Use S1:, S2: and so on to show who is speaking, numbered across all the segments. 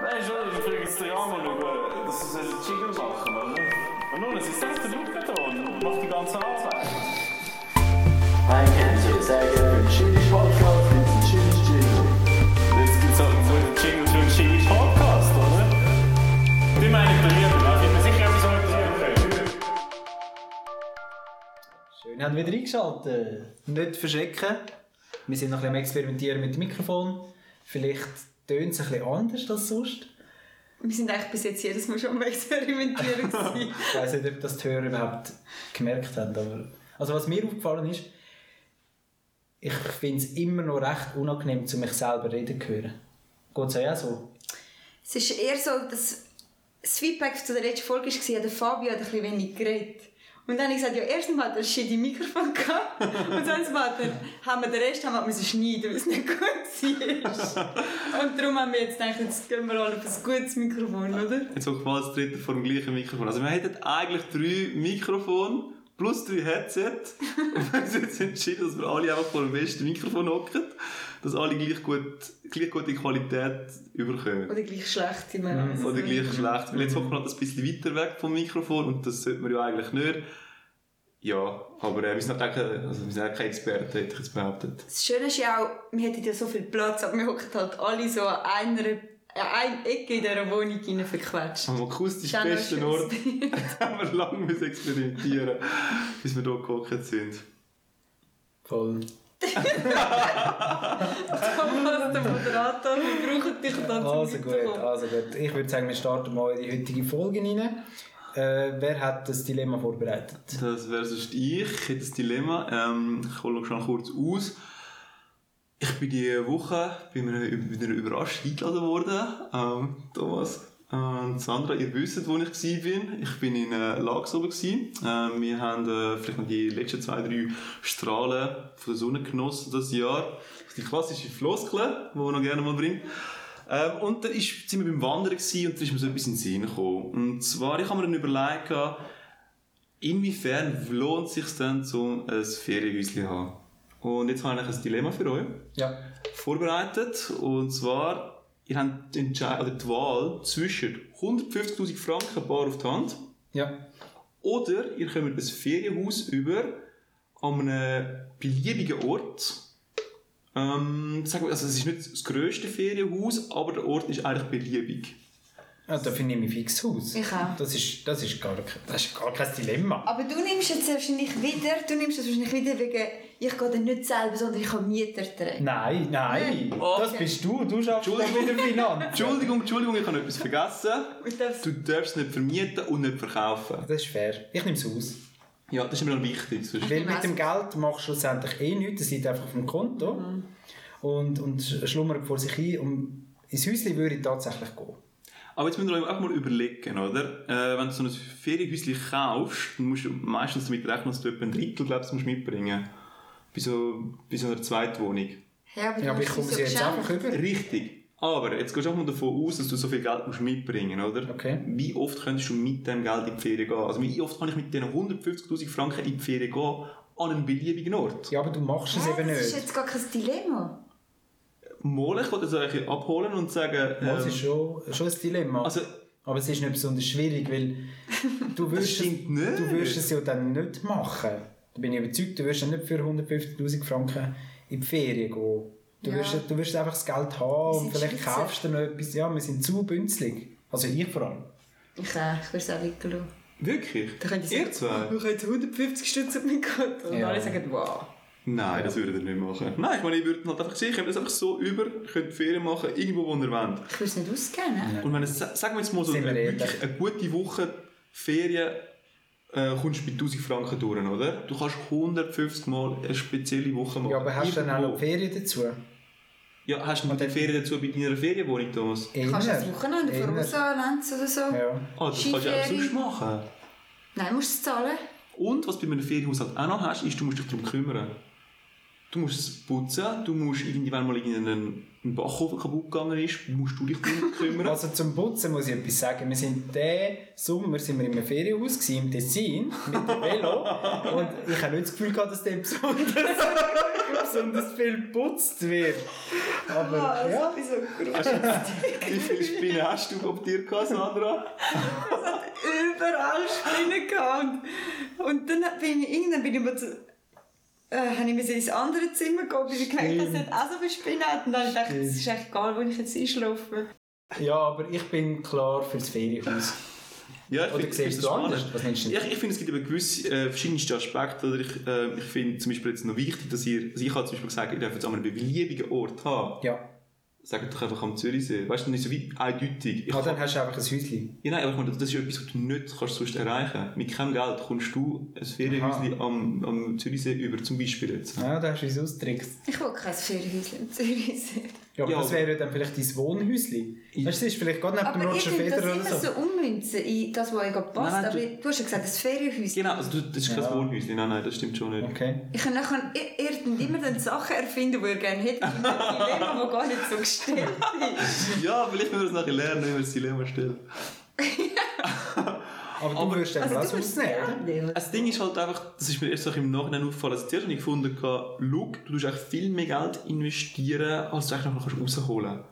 S1: Nein, schon, ich bringe jetzt den Rahmen über. Das ist ein Jingle machen, oder? Und nun, es ist selbst der Luke da und macht die ganze Arbeit.
S2: Ein Kenntnis, sehr gerne. Schönes Podcast, ein schönes Jingle.
S1: Jetzt gibt es halt so einen Jingle für einen Jingle Podcast, oder? Die meine ich bei mir, da bin mir sicher, etwas anderes okay.
S3: Schön, haben wieder eingeschaltet. Nicht verschrecken. Wir sind noch ein bisschen am Experimentieren mit dem Mikrofon. Vielleicht tönt es ein bisschen anders als sonst.
S4: Wir sind eigentlich bis jetzt jedes Mal schon am Experimentieren. gewesen.
S3: Ich weiß nicht, ob das die Hörer überhaupt gemerkt haben. Aber also was mir aufgefallen ist, ich finde es immer noch recht unangenehm, zu mich selber reden zu hören. Geht es euch auch so?
S4: es ist eher so, dass das Feedback zu der letzten Folge war, der Fabio hat ein bisschen wenig geredet. Und dann habe ich gesagt, ja, erstens hat er ein shitty Mikrofon gehabt und sonst hat er, haben wir den Rest haben wir müssen schneiden, weil es nicht gut war. Und darum haben wir jetzt gedacht, jetzt gehen wir alle auf ein gutes Mikrofon, oder?
S5: Jetzt hockt mal das dritte vor dem gleichen Mikrofon. Also wir hätten eigentlich drei Mikrofone plus drei Headset. Und wir haben uns jetzt entschieden, dass wir alle einfach vor dem besten Mikrofon hocken, dass alle gleich, gut, gleich gute Qualität überkommen.
S4: Oder gleich schlecht, ich meine. also-
S5: Oder gleich schlecht. Weil jetzt hocken wir halt ein bisschen weiter weg vom Mikrofon und das sollte man ja eigentlich nicht. Ja, aber äh, wir sind auch keine, also wir sind auch keine Experten, hätte ich jetzt behauptet.
S4: Das Schöne ist ja auch, wir hätten ja so viel Platz, aber wir hocken halt alle so an einer, an einer Ecke in dieser Wohnung rein verquetscht.
S5: Am akustisch
S4: Das ist auch
S5: besten
S4: noch
S5: Ort
S4: schön.
S5: haben wir lange müssen experimentieren, bis wir hier gehockt sind.
S3: Voll.
S4: Thomas, der Moderator, wir brauchen dich dann zum
S3: Also gut,
S4: Weiterkommen.
S3: also gut. Ich würde sagen, wir starten mal in die heutige Folge rein. Äh, wer hat das Dilemma vorbereitet?
S5: Das wäre sonst ich. Ich hätte das Dilemma. Ähm, ich hole schon kurz aus. Ich bin diese Woche bei einer, bei einer Überraschung eingeladen worden. Ähm, Thomas und Sandra, ihr wisst, wo ich war. Ich bin in äh, Lags oben. gewesen. Ähm, wir haben äh, vielleicht noch die letzten zwei, drei Strahlen von der Sonne genossen dieses Jahr. Die klassische Floskel, die man noch gerne mal bringt. Ähm, und dann ist, sind wir beim Wandern gewesen, und da ist mir so etwas in den Sinn gekommen. Und zwar, ich habe mir dann überlegt, gehabt, Inwiefern lohnt es sich denn, um ein Ferienhäuschen zu haben? Und jetzt habe ich ein Dilemma für euch
S3: Ja.
S5: vorbereitet. Und zwar, ihr habt die, Entschei- oder die Wahl zwischen 150.000 Franken bar auf die Hand
S3: Ja.
S5: oder ihr kommt ein Ferienhaus über an einem beliebigen Ort. Ähm, sagen wir, also es ist nicht das grösste Ferienhaus, aber der Ort ist eigentlich beliebig.
S3: ja da finde ich mich fix aus.
S4: Ich auch. Ah.
S3: Das ist, das ist, gar, ke- das ist gar kein Dilemma.
S4: Aber du nimmst jetzt wahrscheinlich wieder, du nimmst es wahrscheinlich wieder wegen, ich gehe dann nicht selber, sondern ich habe Mieter tragen.
S3: Nein, nein. Das bist du. Du schaffst das mit der Finanz.
S5: Entschuldigung, Entschuldigung, ich habe etwas vergessen.
S4: Und das-
S5: Du darfst es nicht vermieten und nicht verkaufen.
S3: Das ist fair. Ich nehme es aus.
S5: Ja, das ist immer noch wichtig. Sonst
S3: Weil
S4: nehme
S3: mit dem
S4: es
S3: Geld machst du schlussendlich eh nichts, das liegt einfach auf dem Konto
S4: Mhm.
S3: und, und schlummert vor sich hin. Und ins Häuschen würde ich tatsächlich gehen.
S5: Aber jetzt müssen wir uns auch mal überlegen, oder? Äh, wenn du so ein Ferienhäuschen kaufst, dann musst du meistens damit rechnen, dass du etwa ein Drittel glaubst, musst mitbringen bei so, bei so einer Zweitwohnung.
S4: Ja, aber,
S3: Ja, aber ich komme sie jetzt einfach über.
S5: Richtig. Aber jetzt gehst du auch mal davon aus, dass du so viel Geld musst mitbringen oder?
S3: Okay.
S5: Wie oft könntest du mit dem Geld in die Ferien gehen? Also wie oft kann ich mit diesen 150'000 Franken in die Ferien gehen, an einen beliebigen Ort?
S3: Ja, aber du machst es
S4: Hä,
S3: eben
S4: das ist
S3: nicht.
S4: jetzt gar kein Dilemma.
S5: Mal, ich wollte das eigentlich abholen und sagen...
S3: Das
S5: ähm,
S3: ist schon, schon ein Dilemma.
S5: Also-
S3: aber es ist nicht besonders schwierig, weil du wirst, es,
S5: stimmt nicht.
S3: du wirst es ja dann nicht machen. Da bin ich überzeugt, du wirst ja nicht für 150'000 Franken in die Ferien gehen. Du,
S4: Ja.
S3: wirst, du wirst einfach das Geld haben und
S4: sind
S3: vielleicht
S4: Schweizer.
S3: kaufst du noch etwas. Ja, wir sind zu bünzlig. Also ich vor allem.
S4: Ich, äh, ich würde es auch weggelassen.
S5: Wirklich?
S4: Da könnte ich
S5: Ihr zwei?
S4: wir können jetzt 150 Stutz auf meinen Konto. Und
S3: Ja.
S4: alle sagen, wow.
S5: Nein, das würde er nicht machen. Nein, ich meine, ich würde halt einfach sehen, ich könnte das einfach so über, könnt Ferien machen, irgendwo, wo ihr wollt.
S4: Ich würde es nicht ausgeben.
S5: Und wenn es, sagen wir jetzt mal so,
S3: Sind wir
S5: eine,
S3: ehrlich?
S5: wirklich eine gute Woche Ferien äh, kommst du mit 1000 Franken durch, oder? Du kannst 150 Mal eine spezielle Woche machen.
S3: Ja, aber hast du dann auch noch
S5: Irgendwo.
S3: Ferien dazu?
S5: Ja, hast du mit den Ferien dazu bei deiner Ferienwohnung, Thomas?
S3: Eher.
S4: Kannst du das Wochenende
S3: Eher.
S4: voraus Lenz oder so?
S3: Ja.
S5: Ah, das kannst du auch
S4: Skiferien.
S5: sonst machen.
S4: Nein, musst du es zahlen.
S5: Und was du bei einem Ferienhaus halt auch noch hast, ist, du musst dich darum kümmern. du musst es putzen, du musst irgendwann mal irgendeinen ein Backofen kaputt gegangen ist, musst du dich darum kümmern.
S3: Also zum Putzen muss ich etwas sagen. Wir sind diesen Sommer sind wir in einem Ferienhaus gewesen, im Tessin mit dem Velo und ich habe nicht das Gefühl gehabt, dass der besonders, besonders viel geputzt wird. Aber
S4: Ah,
S3: ja,
S4: Wieso groß?
S5: Wie viele Spinnen hast du auf dir gehabt, Sandra?
S4: Überall Spinnen gehabt. Und, und dann bin ich irgendwann bin ich mal zu, äh, habe ich müssen ins andere Zimmer gehen, weil ich gemerkt habe, dass es auch so viele Spinnen hat. Und dann habe ich gedacht,
S3: Stimmt.
S4: es ist echt egal, wo ich jetzt einschlafe.
S3: ja, aber ich bin klar fürs Ferienhaus.
S5: Ja, ich
S3: Oder
S5: find- ich
S3: siehst
S5: find
S3: du
S5: das
S3: anders?
S5: spannend.
S3: Was nennst du
S5: ich, ich finde, es gibt eben gewisse äh, verschiedenste Aspekte. Oder ich äh, ich finde zum Beispiel jetzt noch wichtig, dass ihr, also ich habe zum Beispiel gesagt, ihr dürft jetzt an einem beliebigen Ort haben.
S3: Ja.
S5: Sagt doch einfach am Zürichsee. Weißt du, nicht so weit eindeutig. Ich
S3: Ah, dann
S5: kann-
S3: hast du einfach ein Häuschen.
S5: ja, nein, aber ich meine, das ist etwas, was du nicht kannst sonst erreichen Mit keinem Geld kommst du ein Ferienhäuschen am, am Zürichsee über, zum Beispiel jetzt.
S3: Ja, da hast du uns ausgetrickst.
S4: Ich will kein Ferienhäuschen in Zürich sehen.
S3: Ja, aber
S5: Ja,
S3: das
S5: aber-
S3: wäre dann vielleicht dein Wohnhäuschen.
S5: Ich-
S3: Weißt du, das ist vielleicht gerade neben dem
S4: Aber ich
S3: Roger
S4: finde das
S3: Federer oder
S4: immer
S3: so.
S4: so ummünzen in das, was euch gerade passt.
S5: Nein, nein,
S4: Aber
S5: du-
S4: du hast ja gesagt, ein Ferienhäuschen.
S5: Genau, also du, das ist kein
S3: Ja.
S5: Wohnhäuschen. Nein, nein, das stimmt schon nicht.
S3: Okay.
S4: Ich kann nachher ir- irgend immer dann Sachen erfinden, die ihr gerne hättet. Ein Dilemma, das gar nicht so gestellt ist.
S5: Ja, vielleicht müssen wir das nachher lernen, wenn wir das Dilemma stellen.
S3: Aber du würdest einfach alles
S4: Also du würdest es
S3: ausnehmen, oder?
S4: gerne nehmen.
S5: Das Ding ist halt einfach, das ist mir erst so im Nachhinein aufgefallen, also zuerst habe ich gefunden, schau, du tust echt viel mehr Geld investieren, als du eigentlich noch kannst rausholen kannst.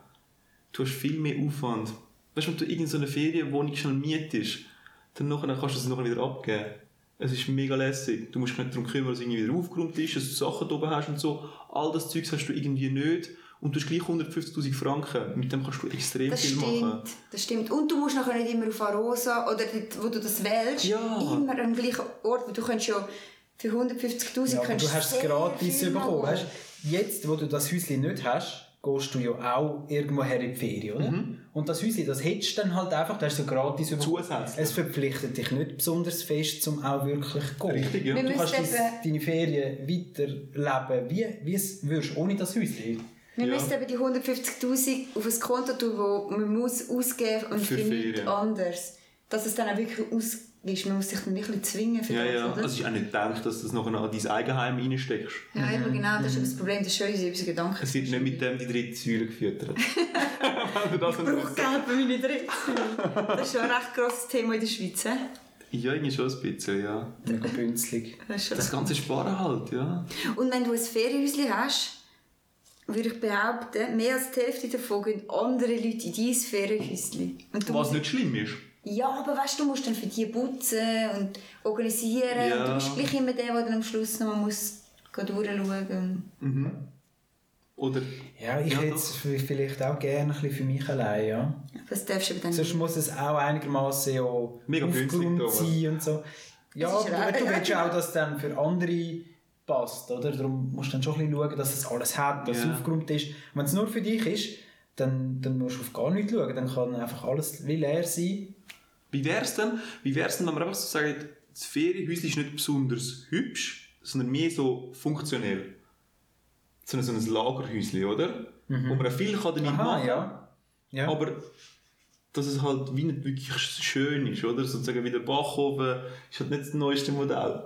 S5: Du hast viel mehr Aufwand. Weißt du, wenn du irgendeine so eine Ferienwohnung schnell mietest, dann nachher kannst du es nachher wieder abgeben. Es ist mega lässig. Du musst dich nicht darum kümmern, dass es irgendwie wieder aufgeräumt ist, dass du Sachen da oben hast und so. All das Zeugs hast du irgendwie nicht. Und du hast gleich 150'000 Franken. Mit dem kannst du extrem
S4: Das
S5: viel machen.
S4: stimmt, das stimmt. Und du musst nachher nicht immer auf Arosa oder dort, wo du das wählst,
S5: Ja.
S4: immer am gleichen Ort. weil Du könntest ja für 150'000
S3: Ja, aber
S4: könntest
S3: du hast es
S4: sehr
S3: gratis
S4: viel
S3: bekommen.
S4: machen.
S3: Weißt? Jetzt, wo du das Häuschen nicht hast, gehst du ja auch irgendwo her in die Ferien, oder?
S4: Mhm.
S3: Und das Häuschen, das hättest du dann halt einfach, das hast du gratis bekommen.
S5: Zusätzlich.
S3: Es verpflichtet dich nicht besonders fest, zum auch wirklich zu gehen.
S5: Richtig, ja.
S4: Wir
S3: Du
S4: müssen
S3: kannst dein,
S4: eben-
S3: deine Ferien weiterleben, wie, wie es würdest, ohne das Häuschen.
S4: Wir
S5: Ja.
S4: müssen eben die 150'000 auf ein Konto tun, wo man muss ausgeben und
S5: Für
S4: für, nichts
S5: Ferien.
S4: anderes. Dass es dann auch wirklich aus ist. Man muss sich dann wirklich zwingen für
S5: Ja,
S4: das,
S5: ja.
S4: oder?
S5: Also, es ist auch nicht gedacht, dass du das nachher an dein Eigenheim reinsteckst.
S4: ja, eben genau, das ist eben das Problem, das ist schon unsere unsere Gedanken.
S5: Es wird nicht mit dem die dritte Säule gefüttert. Wenn du das
S4: Ich brauche Geld für meine Dritte. Das ist ja ein recht grosses Thema in der Schweiz. He?
S5: Ja, irgendwie schon ein bisschen, ja.
S3: Mega bünzlig.
S4: Das ist schon
S5: Das ganze Sparen halt, ja.
S4: Und wenn du ein Ferienhäuschen hast, würde ich behaupten, mehr als die Hälfte davon gehen andere Leute in dein Ferienhäuschen. Und du
S5: Was
S4: musst-
S5: nicht schlimm ist.
S4: Ja, aber weißt du, du musst dann für die putzen und organisieren.
S5: Ja.
S4: Und du bist gleich immer der, der dann am Schluss noch mal muss gehen durchschauen
S5: Oder
S3: Ja, ich
S5: Ja,
S3: hätte es vielleicht auch gerne ein bisschen für mich allein, ja.
S4: muss. Das darfst du aber dann
S3: Sonst muss es auch einigermaßen ja
S5: Mega günstig da,
S3: aufgeräumt sein und so. Ja,
S4: Es ist
S3: aber
S4: auch-
S3: du willst ja auch, dass es dann für andere passt, oder? Darum musst du dann schon ein bisschen schauen, dass es alles hat, dass es
S5: Ja.
S3: aufgeräumt ist. Wenn es nur für dich ist, dann, dann musst du auf gar nichts schauen. Dann kann einfach alles wie leer sein.
S5: wie wär's denn, wie wär's denn wenn man einfach so sagt, das Ferienhäuschen ist nicht besonders hübsch, sondern mehr so funktionell. So ein, so ein Lagerhäuschen, oder? Wo man auch viel kann damit
S3: Aha,
S5: machen
S3: ja. ja.
S5: Aber dass es halt wie nicht wirklich schön ist, oder? Sozusagen wie der Backofen ist halt nicht das neueste Modell.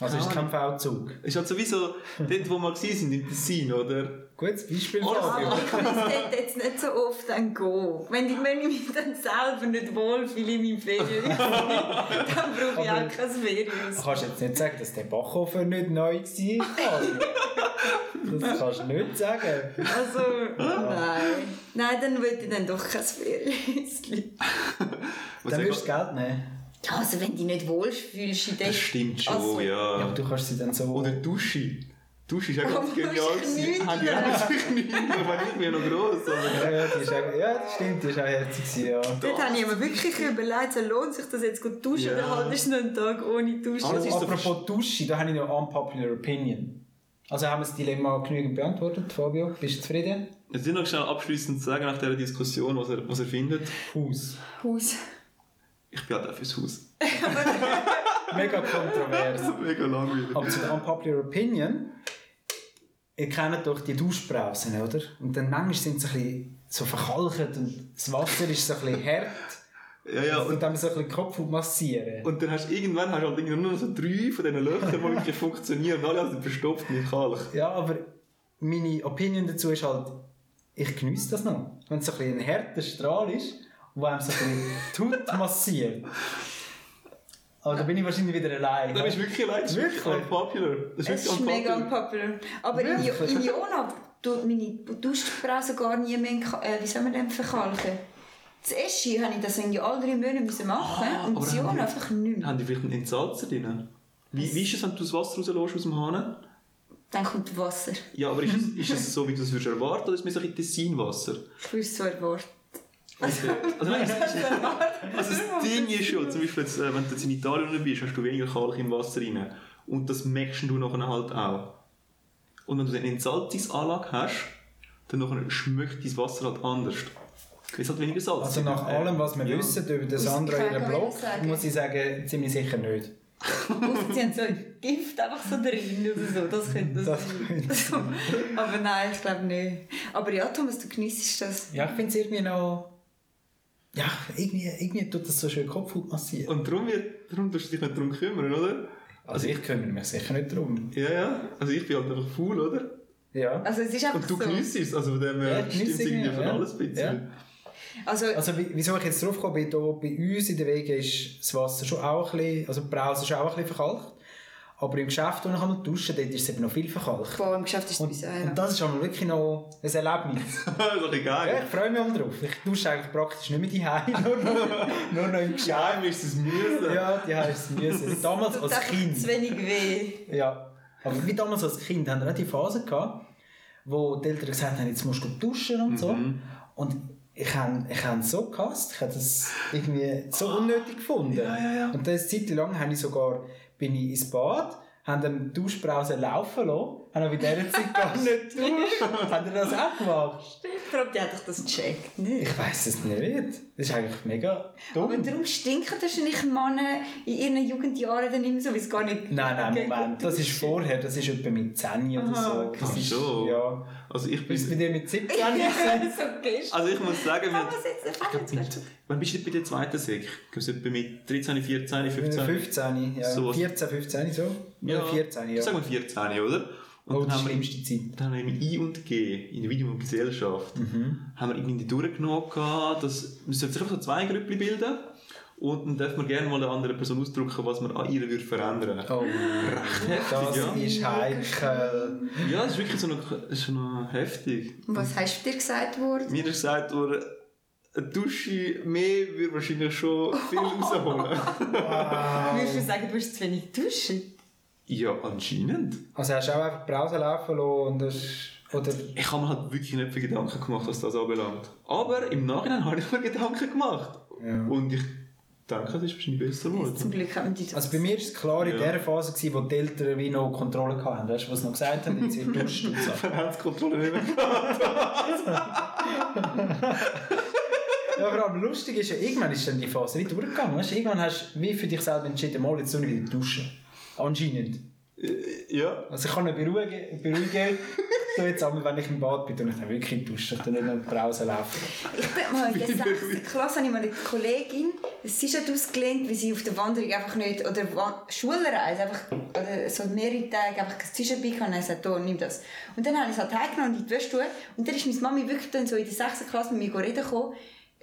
S3: also ist es kein V-Zug.
S5: Ist halt sowieso dort, wo wir waren, sind, im Tessin, oder?
S3: Gutes Beispiel,
S5: Oder-
S3: Fabio.
S4: Aber ich müsste jetzt nicht so oft dann gehen. Wenn ich, wenn ich mich dann selber nicht wohlfühle in meinem Ferienhäuschen, dann brauche ich
S3: Aber-
S4: auch kein Ferienhäuschen.
S3: Du kannst jetzt nicht sagen, dass der Backofen nicht neu war, Fabio. Das kannst du nicht sagen.
S4: Also, nein. Nein, dann würde ich dann doch kein Ferienhäuschen.
S5: Was
S3: dann
S5: ich-
S3: würdest du das Geld nehmen.
S4: Ja, also wenn du dich nicht wohlfühlst in
S5: halt, Das stimmt schon,
S4: Also-
S5: ja.
S3: Ja, aber du kannst sie dann so...
S5: Oder Dusche. Dusche ist auch ganz
S4: Oh,
S5: genial.
S4: musst dich
S5: gewesen. Haben die
S4: knüdeln.
S5: auch nicht knüdeln, weil ich bin ja noch gross. Aber
S3: Ja, ja, die ist auch, ja, das stimmt, die ist auch herzig gewesen, ja.
S4: Dort habe ich mir wirklich überlegt, so lohnt sich das jetzt gut duschen
S5: Ja.
S4: oder haltest du noch einen Tag ohne Duschen?
S5: Aber es ist so
S3: Apropos Dusche, da habe ich noch unpopular opinion. Also haben wir das Dilemma genügend beantwortet, Fabio. Bist du zufrieden?
S5: Jetzt will ich noch schnell abschließend sagen, nach dieser Diskussion, was er, was er findet.
S3: Haus.
S4: Haus.
S5: Ich bin halt auch fürs Haus.
S3: Mega kontrovers.
S5: Also, Mega langweilig.
S3: Aber zu der unpopular opinion, ihr kennt doch die Duschbrausen, oder? Und dann manchmal sind sie ein bisschen so verkalkt und das Wasser ist so ein bisschen hart.
S5: Ja, ja,
S3: Und
S5: und,
S3: dann so ein bisschen den Kopf massieren.
S5: und dann hast du irgendwann hast du halt irgendwie nur noch so drei von diesen Löchern, die wirklich funktionieren. und Alle anderen verstopft mit Kalk.
S3: Ja, aber meine Opinion dazu ist halt, ich geniesse das noch. Wenn es so ein bisschen ein härter Strahl ist, wo einem so ein bisschen die Haut massiert. Aber da bin ich wahrscheinlich wieder allein.
S5: Das ist wirklich leid, das ist wirklich
S3: Wirklich?
S5: unpopular. Das
S4: Es
S5: ist
S4: ist
S5: wirklich
S4: mega
S5: unpopular.
S4: unpopular. Aber in, Jo- in Jona tut meine Duschbrause gar nie mehr, in Ka- äh, wie soll man denn verkalken? Das Eschi habe ich das irgendwie alle drei Monate müssen machen
S5: Ah,
S4: und
S5: aber
S4: das
S5: haben die-
S4: Jona einfach nicht mehr.
S5: Haben die vielleicht einen Entsalzer drin? Wie, wie ist es, wenn du das Wasser rauslässt aus dem Hahn?
S4: Dann kommt Wasser.
S5: Ja, aber ist es, ist es so, wie du es würdest erwarten oder ist es mehr so ein Tessinwasser?
S4: Ich würde es so erwarten.
S5: Okay. Also, nein, es ist, also das Ding ist schon, zum Beispiel, jetzt, äh, wenn du jetzt in Italien bist, hast du weniger Kalk im Wasser rein. Und das merkst du nachher halt auch. Und wenn du dann eine Entsalzungsanlage hast, dann nachher schmeckt dein Wasser halt anders. Es hat weniger Salz.
S3: Also
S5: drin.
S3: nach
S5: Äh,
S3: allem, was wir
S5: ja.
S3: wissen über den
S4: Ich
S3: Sandro
S4: kann
S3: in ihrem
S4: gar nicht
S3: Blog,
S4: sagen.
S3: muss ich sagen, ziemlich sicher nicht.
S4: Ausser, sie haben so ein Gift einfach so drin oder so. Das könnte das,
S3: Das
S4: sein. Aber nein, ich glaube nicht. Aber ja, Thomas, du geniessest das.
S3: Ja, ich finde es irgendwie noch... Ja, irgendwie, irgendwie tut das so schön Kopfhaut massieren.
S5: Und darum, wird, darum musst du dich nicht darum kümmern, oder?
S3: Also ich kümmere mich sicher nicht darum.
S5: Ja, ja. Also ich bin halt einfach faul, oder?
S3: Ja.
S4: Also es ist einfach
S5: Und du
S4: so.
S5: geniesst es. Also von dem her
S3: Ja,
S5: stimmt es
S3: geniesse ich
S5: irgendwie
S3: mir,
S5: von
S3: ja.
S5: alles ein bisschen.
S4: Also,
S3: Also wie- wieso ich jetzt drauf gekommen bin, da bei uns in der WG ist das Wasser schon auch ein bisschen, also die Brause schon auch ein bisschen verkalkt. Aber im Geschäft, wo ich einmal duschen kann, dort ist es eben noch viel verkalkt.
S4: boah, im Geschäft ist es
S3: Und,
S4: bizarr.
S3: und das ist einmal wirklich noch ein Erlebnis.
S5: das ist
S3: ja,
S5: doch egal.
S3: ich freue mich auch drauf. Ich dusche eigentlich praktisch nicht mehr die Hause, nur, noch- nur noch im Geschäft.
S5: Geheim ist es mühsam.
S3: Ja, die Hause ist mühsam. Damals
S4: Tut
S3: als
S4: einfach zu
S3: Kind.
S4: wenig weh.
S3: Ja. Aber wie damals als Kind haben wir auch die Phase gehabt, wo die Eltern gesagt haben, jetzt musst du duschen und so. Und ich habe ich hab so gehasst, ich habe das irgendwie so unnötig gefunden. Und das Zeit lang habe ich sogar, bin ich ins Bad, haben dann die Duschbrause laufen lassen, haben aber in dieser Zeit gar nicht geduscht. Haben ihr das auch gemacht?
S4: Ich glaube, die hat doch das gecheckt, nicht?
S3: Ich weiß es nicht. Das ist eigentlich mega
S4: Aber
S3: dumm.
S4: darum stinken wahrscheinlich Männer in ihren Jugendjahren dann immer so, weil es gar nicht...
S3: Nein, nein, Moment, das ist vorher, das ist etwa mit 10 oder
S4: Aha,
S3: so.
S4: okay.
S3: Das
S5: Ach
S3: ist,
S5: so.
S3: Ja.
S5: Also ich
S3: Bis bei
S5: bin...
S3: dir mit 17
S4: so gestern.
S5: Also ich muss sagen, wir-
S4: Kann man sitzen, kann man sitzen.
S5: Wann bist du bei der zweiten Sek? Kommst du etwa mit 13, 14, 15?
S3: 15, ja.
S5: So was-
S3: 14, 15, so? Oder 14, Äh, ja.
S5: Sagen wir 14, oder? Und
S3: Oh, die
S5: dann, haben wir,
S3: schlimmste Zeit.
S5: dann haben wir im I und G, Individuum und Gesellschaft,
S3: Mhm.
S5: haben wir irgendwie durchgenommen, gehabt, dass wir sollten sich einfach so zwei Gruppen bilden und dann dürfen wir gerne mal der anderen Person ausdrücken, was man an ihr würde verändern.
S3: Oh, das
S5: ja.
S3: ist heikel.
S5: Ja, das ist wirklich so noch, das ist noch heftig.
S4: Und was hast du dir gesagt worden?
S5: Mir ist gesagt worden, eine Dusche mehr würde wahrscheinlich schon viel rausholen.
S4: Würdest du sagen, du hast zu wenig duschen?
S5: ja, anscheinend.
S3: Also hast du auch einfach die Brause laufen lassen und das... Oder...
S5: Ich habe mir halt wirklich nicht viel Gedanken gemacht, was das anbelangt. Aber im Nachhinein habe ich mir Gedanken gemacht.
S3: Ja.
S5: Und ich denke, es ist wahrscheinlich besser
S4: Zum
S5: geworden.
S4: Glück haben die das.
S3: Also bei mir war es klar in
S5: Ja.
S3: der Phase, gewesen, wo die Eltern wie noch Kontrolle hatten. Weißt du, was sie noch gesagt haben? Jetzt wird duscht und so.
S5: Dann haben sie die Kontrolle nicht mehr gehabt.
S3: Ja, vor allem lustig ist ja, irgendwann ist dann die Phase wie durchgegangen. Weißt du, irgendwann hast du wie für dich selber entschieden, mal jetzt soll ich wieder duschen. Anscheinend.
S5: Äh, Ja.
S3: Also ich kann ihn beruhigen, beruhigen so jetzt einmal, wenn ich im Bad bin, und ich dann wirklich duschen und dann nicht noch in die Brause laufen.
S4: Ich bin mal in der 6. Klasse habe ich mal eine Kollegin, sie ist halt ausgelehnt, weil sie auf der Wanderung einfach nicht, oder Wan Schulreise, einfach, oder so mehrere Tage einfach kein Tisch dabei hatte und dann sagt, oh, nimm das. Und dann habe ich es halt heimgenommen und in die Wäsche tun. und dann ist meine Mami wirklich dann so in der 6. Klasse mit mir reden gekommen,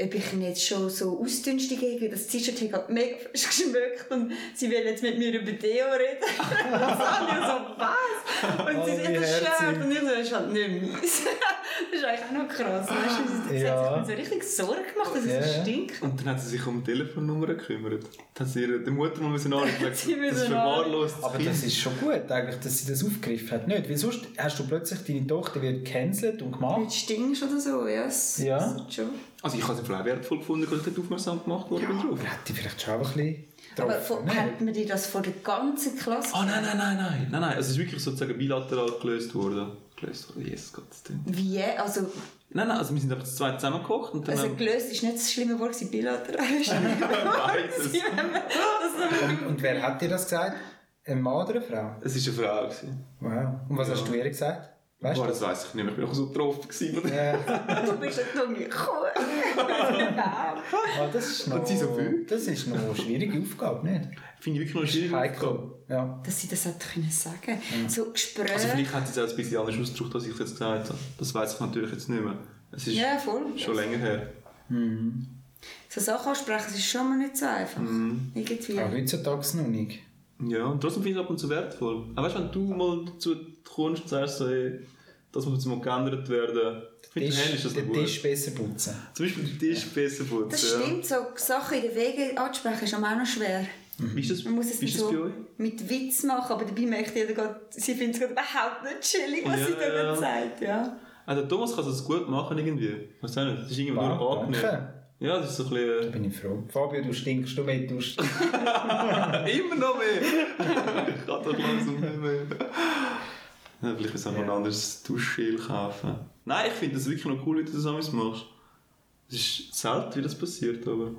S4: ob ich ihn jetzt schon so ausdünstig habe, weil das T-Shirt hat gerade mega frisch geschmeckt und sie will jetzt mit mir über Deo reden. das habe ich so, was? Und sie
S3: Oh, wie
S4: sagt, das
S3: herzig.
S4: Shirt und ich so, das ist halt nicht meins. das ist eigentlich auch noch krass, weißt du, Sie
S3: Ja.
S4: hat sich so richtig Sorge gemacht, dass
S3: Ja,
S4: es
S3: ja.
S4: stinkt.
S5: Und dann hat sie sich um die Telefonnummer gekümmert. Dann hat sie ihre der Mutter mal müssen anrufen
S4: Sie
S5: müssen. Das ist
S4: müssen
S5: verwahrlost.
S3: Aber das ist schon gut eigentlich, dass sie das aufgegriffen hat. Nicht, weil sonst hast du plötzlich, deine Tochter wird gecancelt und
S4: Wenn du
S3: gemacht.
S4: stinkst oder so, ja. es-
S3: Ja.
S4: es- Schon.
S5: Also ich habe es im Fall auch wertvoll gefunden, dass ich dort aufmerksam gemacht wurde. bin drauf.
S3: Aber hat die vielleicht schon auch ein bisschen
S4: Aber
S3: getroffen.
S4: von, hat
S3: ne?
S4: man dir das vor der ganzen Klasse
S5: Oh nein, nein, nein, nein. Nein, nein. Also es ist wirklich sozusagen bilateral gelöst worden. Gelöst worden, yes, Gott sei Dank.
S4: Wie? Also,
S5: Nein, nein, also wir sind einfach zu zweit zusammengekocht und dann
S4: also
S5: haben
S4: gelöst ist nicht das schlimme Wort, gewesen, bilateral ist
S5: beides.
S3: Und, ne? und wer hat dir das gesagt? Ein Mann oder eine Frau?
S5: Es war eine Frau. Gewesen.
S3: Wow. Und was
S5: Ja.
S3: hast du ihr gesagt? Weißt
S5: Boah,
S3: du? Äh,
S5: das weiss ich nicht mehr. Ich bin auch so betroffen. gewesen.
S3: Ja,
S4: Du bist halt eine dumme Kuh.
S3: aber ah, das ist noch,
S5: Und sie so viel?
S3: das ist noch eine schwierige Aufgabe, nicht?
S5: Finde ich wirklich noch schwierig.
S3: Heiko. Ja.
S4: Dass sie das hätte können sagen So Gespräche.
S5: Also vielleicht hat sie es auch ein bisschen anders ausgedrückt, als ich es jetzt gesagt habe. Das weiß ich natürlich jetzt nicht mehr. Es ist
S4: ja, voll.
S5: schon länger her.
S4: So Sachen ansprechen, das ist schon mal nicht so einfach.
S5: Mhm.
S4: Irgendwie.
S5: Ah,
S3: Auch heutzutage noch nicht.
S5: Ja, und trotzdem finde ich es ab und zu wertvoll. Aber weißt du, wenn du mal dazu kommst und sagst, so, ey, das muss jetzt mal geändert werden. Ich finde,
S3: Tisch-
S5: dann ist das noch
S3: den
S5: gut.
S3: Tisch besser putzen.
S5: Zum Beispiel den Tisch besser putzen.
S4: Das
S5: ja.
S4: stimmt, so Sachen in den Wegen anzusprechen ist auch noch schwer.
S5: Wie ist das,
S4: Man muss es
S5: wie
S4: nicht
S5: ist das bei
S4: so
S5: euch?
S4: mit Witz machen, aber dabei merkt jeder, gerade, sie findet es gerade überhaupt nicht chillig, was
S5: Ja,
S4: sie da
S5: ja.
S4: gerade sagt. Ja.
S5: Also Thomas kann das gut machen irgendwie. Weißt du nicht? Das ist irgendwie
S3: Wow,
S5: nur angenehm.
S3: danke.
S5: Ja, das ist so ein bisschen...
S3: Bin ich froh. Fabio, du stinkst, du mit, du stinkst.
S5: Immer noch mehr! ich kann doch langsam nicht mehr. Ja, vielleicht müssen wir noch ein anderes Duschgel kaufen. Nein, ich finde das wirklich noch cool, wie du das alles machst. Es ist selten, wie das passiert, aber...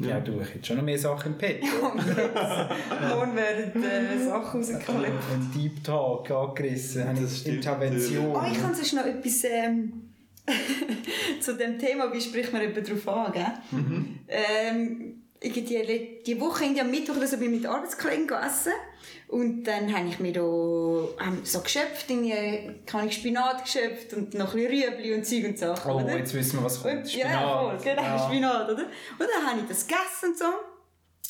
S3: Ja, du, ich hätte schon noch mehr Sachen im Pet. Ja.
S4: Und jetzt, morgen werden äh, Sachen rausgeklebt.
S3: Ein Deep Talk angerissen, habe
S5: Das
S3: ich
S5: stimmt.
S3: Intervention.
S4: Oh, ich kann sonst noch etwas ähm, zu dem Thema, wie spricht man jemanden darauf an, gell?
S3: Mhm.
S4: Ähm, ich gehe die, le- die Woche, irgendwie am Mittwoch oder so, bin ich mit Arbeitskollegen gegessen und dann habe ich mir da ähm, so geschöpft, irgendwie, kann ich Spinat geschöpft und noch ein bisschen Rüebli und Zeug und Sachen,
S3: Oh,
S4: oder?
S3: jetzt wissen wir, was kommt.
S4: Ja, ja, voll, genau,
S3: Ja.
S4: Spinat, oder? Und dann habe ich das gegessen und so.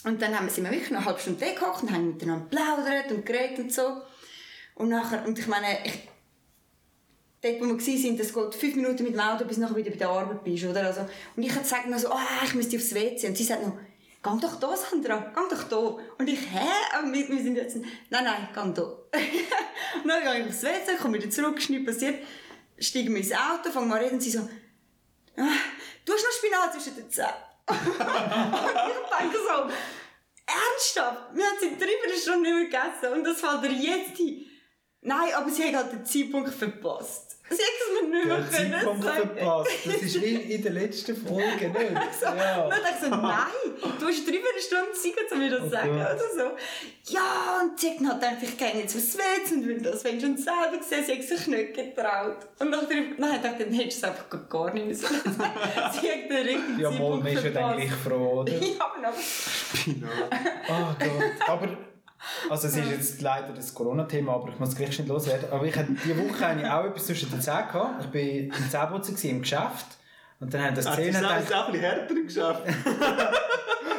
S4: Und dann haben wir, sind wir wirklich noch eine halbe Stunde weggehockt und haben miteinander geplaudert und geredet und so. Und nachher, und ich meine, ich, dort, wo wir waren, das geht fünf Minuten mit dem Auto, bis du nachher wieder bei der Arbeit bist, oder? Also, und ich habe gesagt noch so, ah, ich müsste aufs WC. Und sie sagt noch, geh doch da, Sandra, geh doch da. Und ich, hä? Aber wir, wir sind jetzt, nein, nein, geh da. und dann gehe ich aufs WC, komme wieder zurück, ist nichts passiert, steige mir ins Auto, fange mal an reden und sie so, ah, du hast noch Spinat zwischen den Zähnen. und ich denke so, ernsthaft, wir haben seit drei Stunden nicht mehr gegessen und das fällt dir jetzt ein. Nein, aber sie hat halt den Zeitpunkt verpasst. Sie hat es mir nicht mehr
S3: Der
S4: können
S3: Zeitpunkt
S4: sagen.
S3: verpasst. Das ist wie in der letzten Folge, nicht?
S4: So, Und
S3: Ja.
S4: dann dachte ich so, nein, du hast drüber eine Stunde Zeit, um mir das zu sagen.
S3: Gott.
S4: Oder so. Ja, und sie hat dann halt gedacht, ich gehe jetzt aufs WC und will das, wenn schon selber gesehen, sie hat sich nicht getraut. Und nachher, nein, ich dachte, dann hättest du es einfach gar nicht mehr so sagen. Sie hat den richtigen
S3: Ja, wohl, man ist ja dann gleich froh, oder?
S4: Ja, aber
S5: Genau.
S3: Oh Gott. Aber, also es ist jetzt leider das Corona-Thema, aber ich muss es gleich schnell loswerden. Aber ich hatte diese Woche habe ich auch etwas zwischen den Zähnen gehabt. Ich war im Zähneputzen gewesen, im Geschäft. Und dann haben das
S5: Hat sie
S3: gesehen
S5: es
S3: und
S5: auch ein
S3: gedacht,
S5: bisschen härter im Geschäft?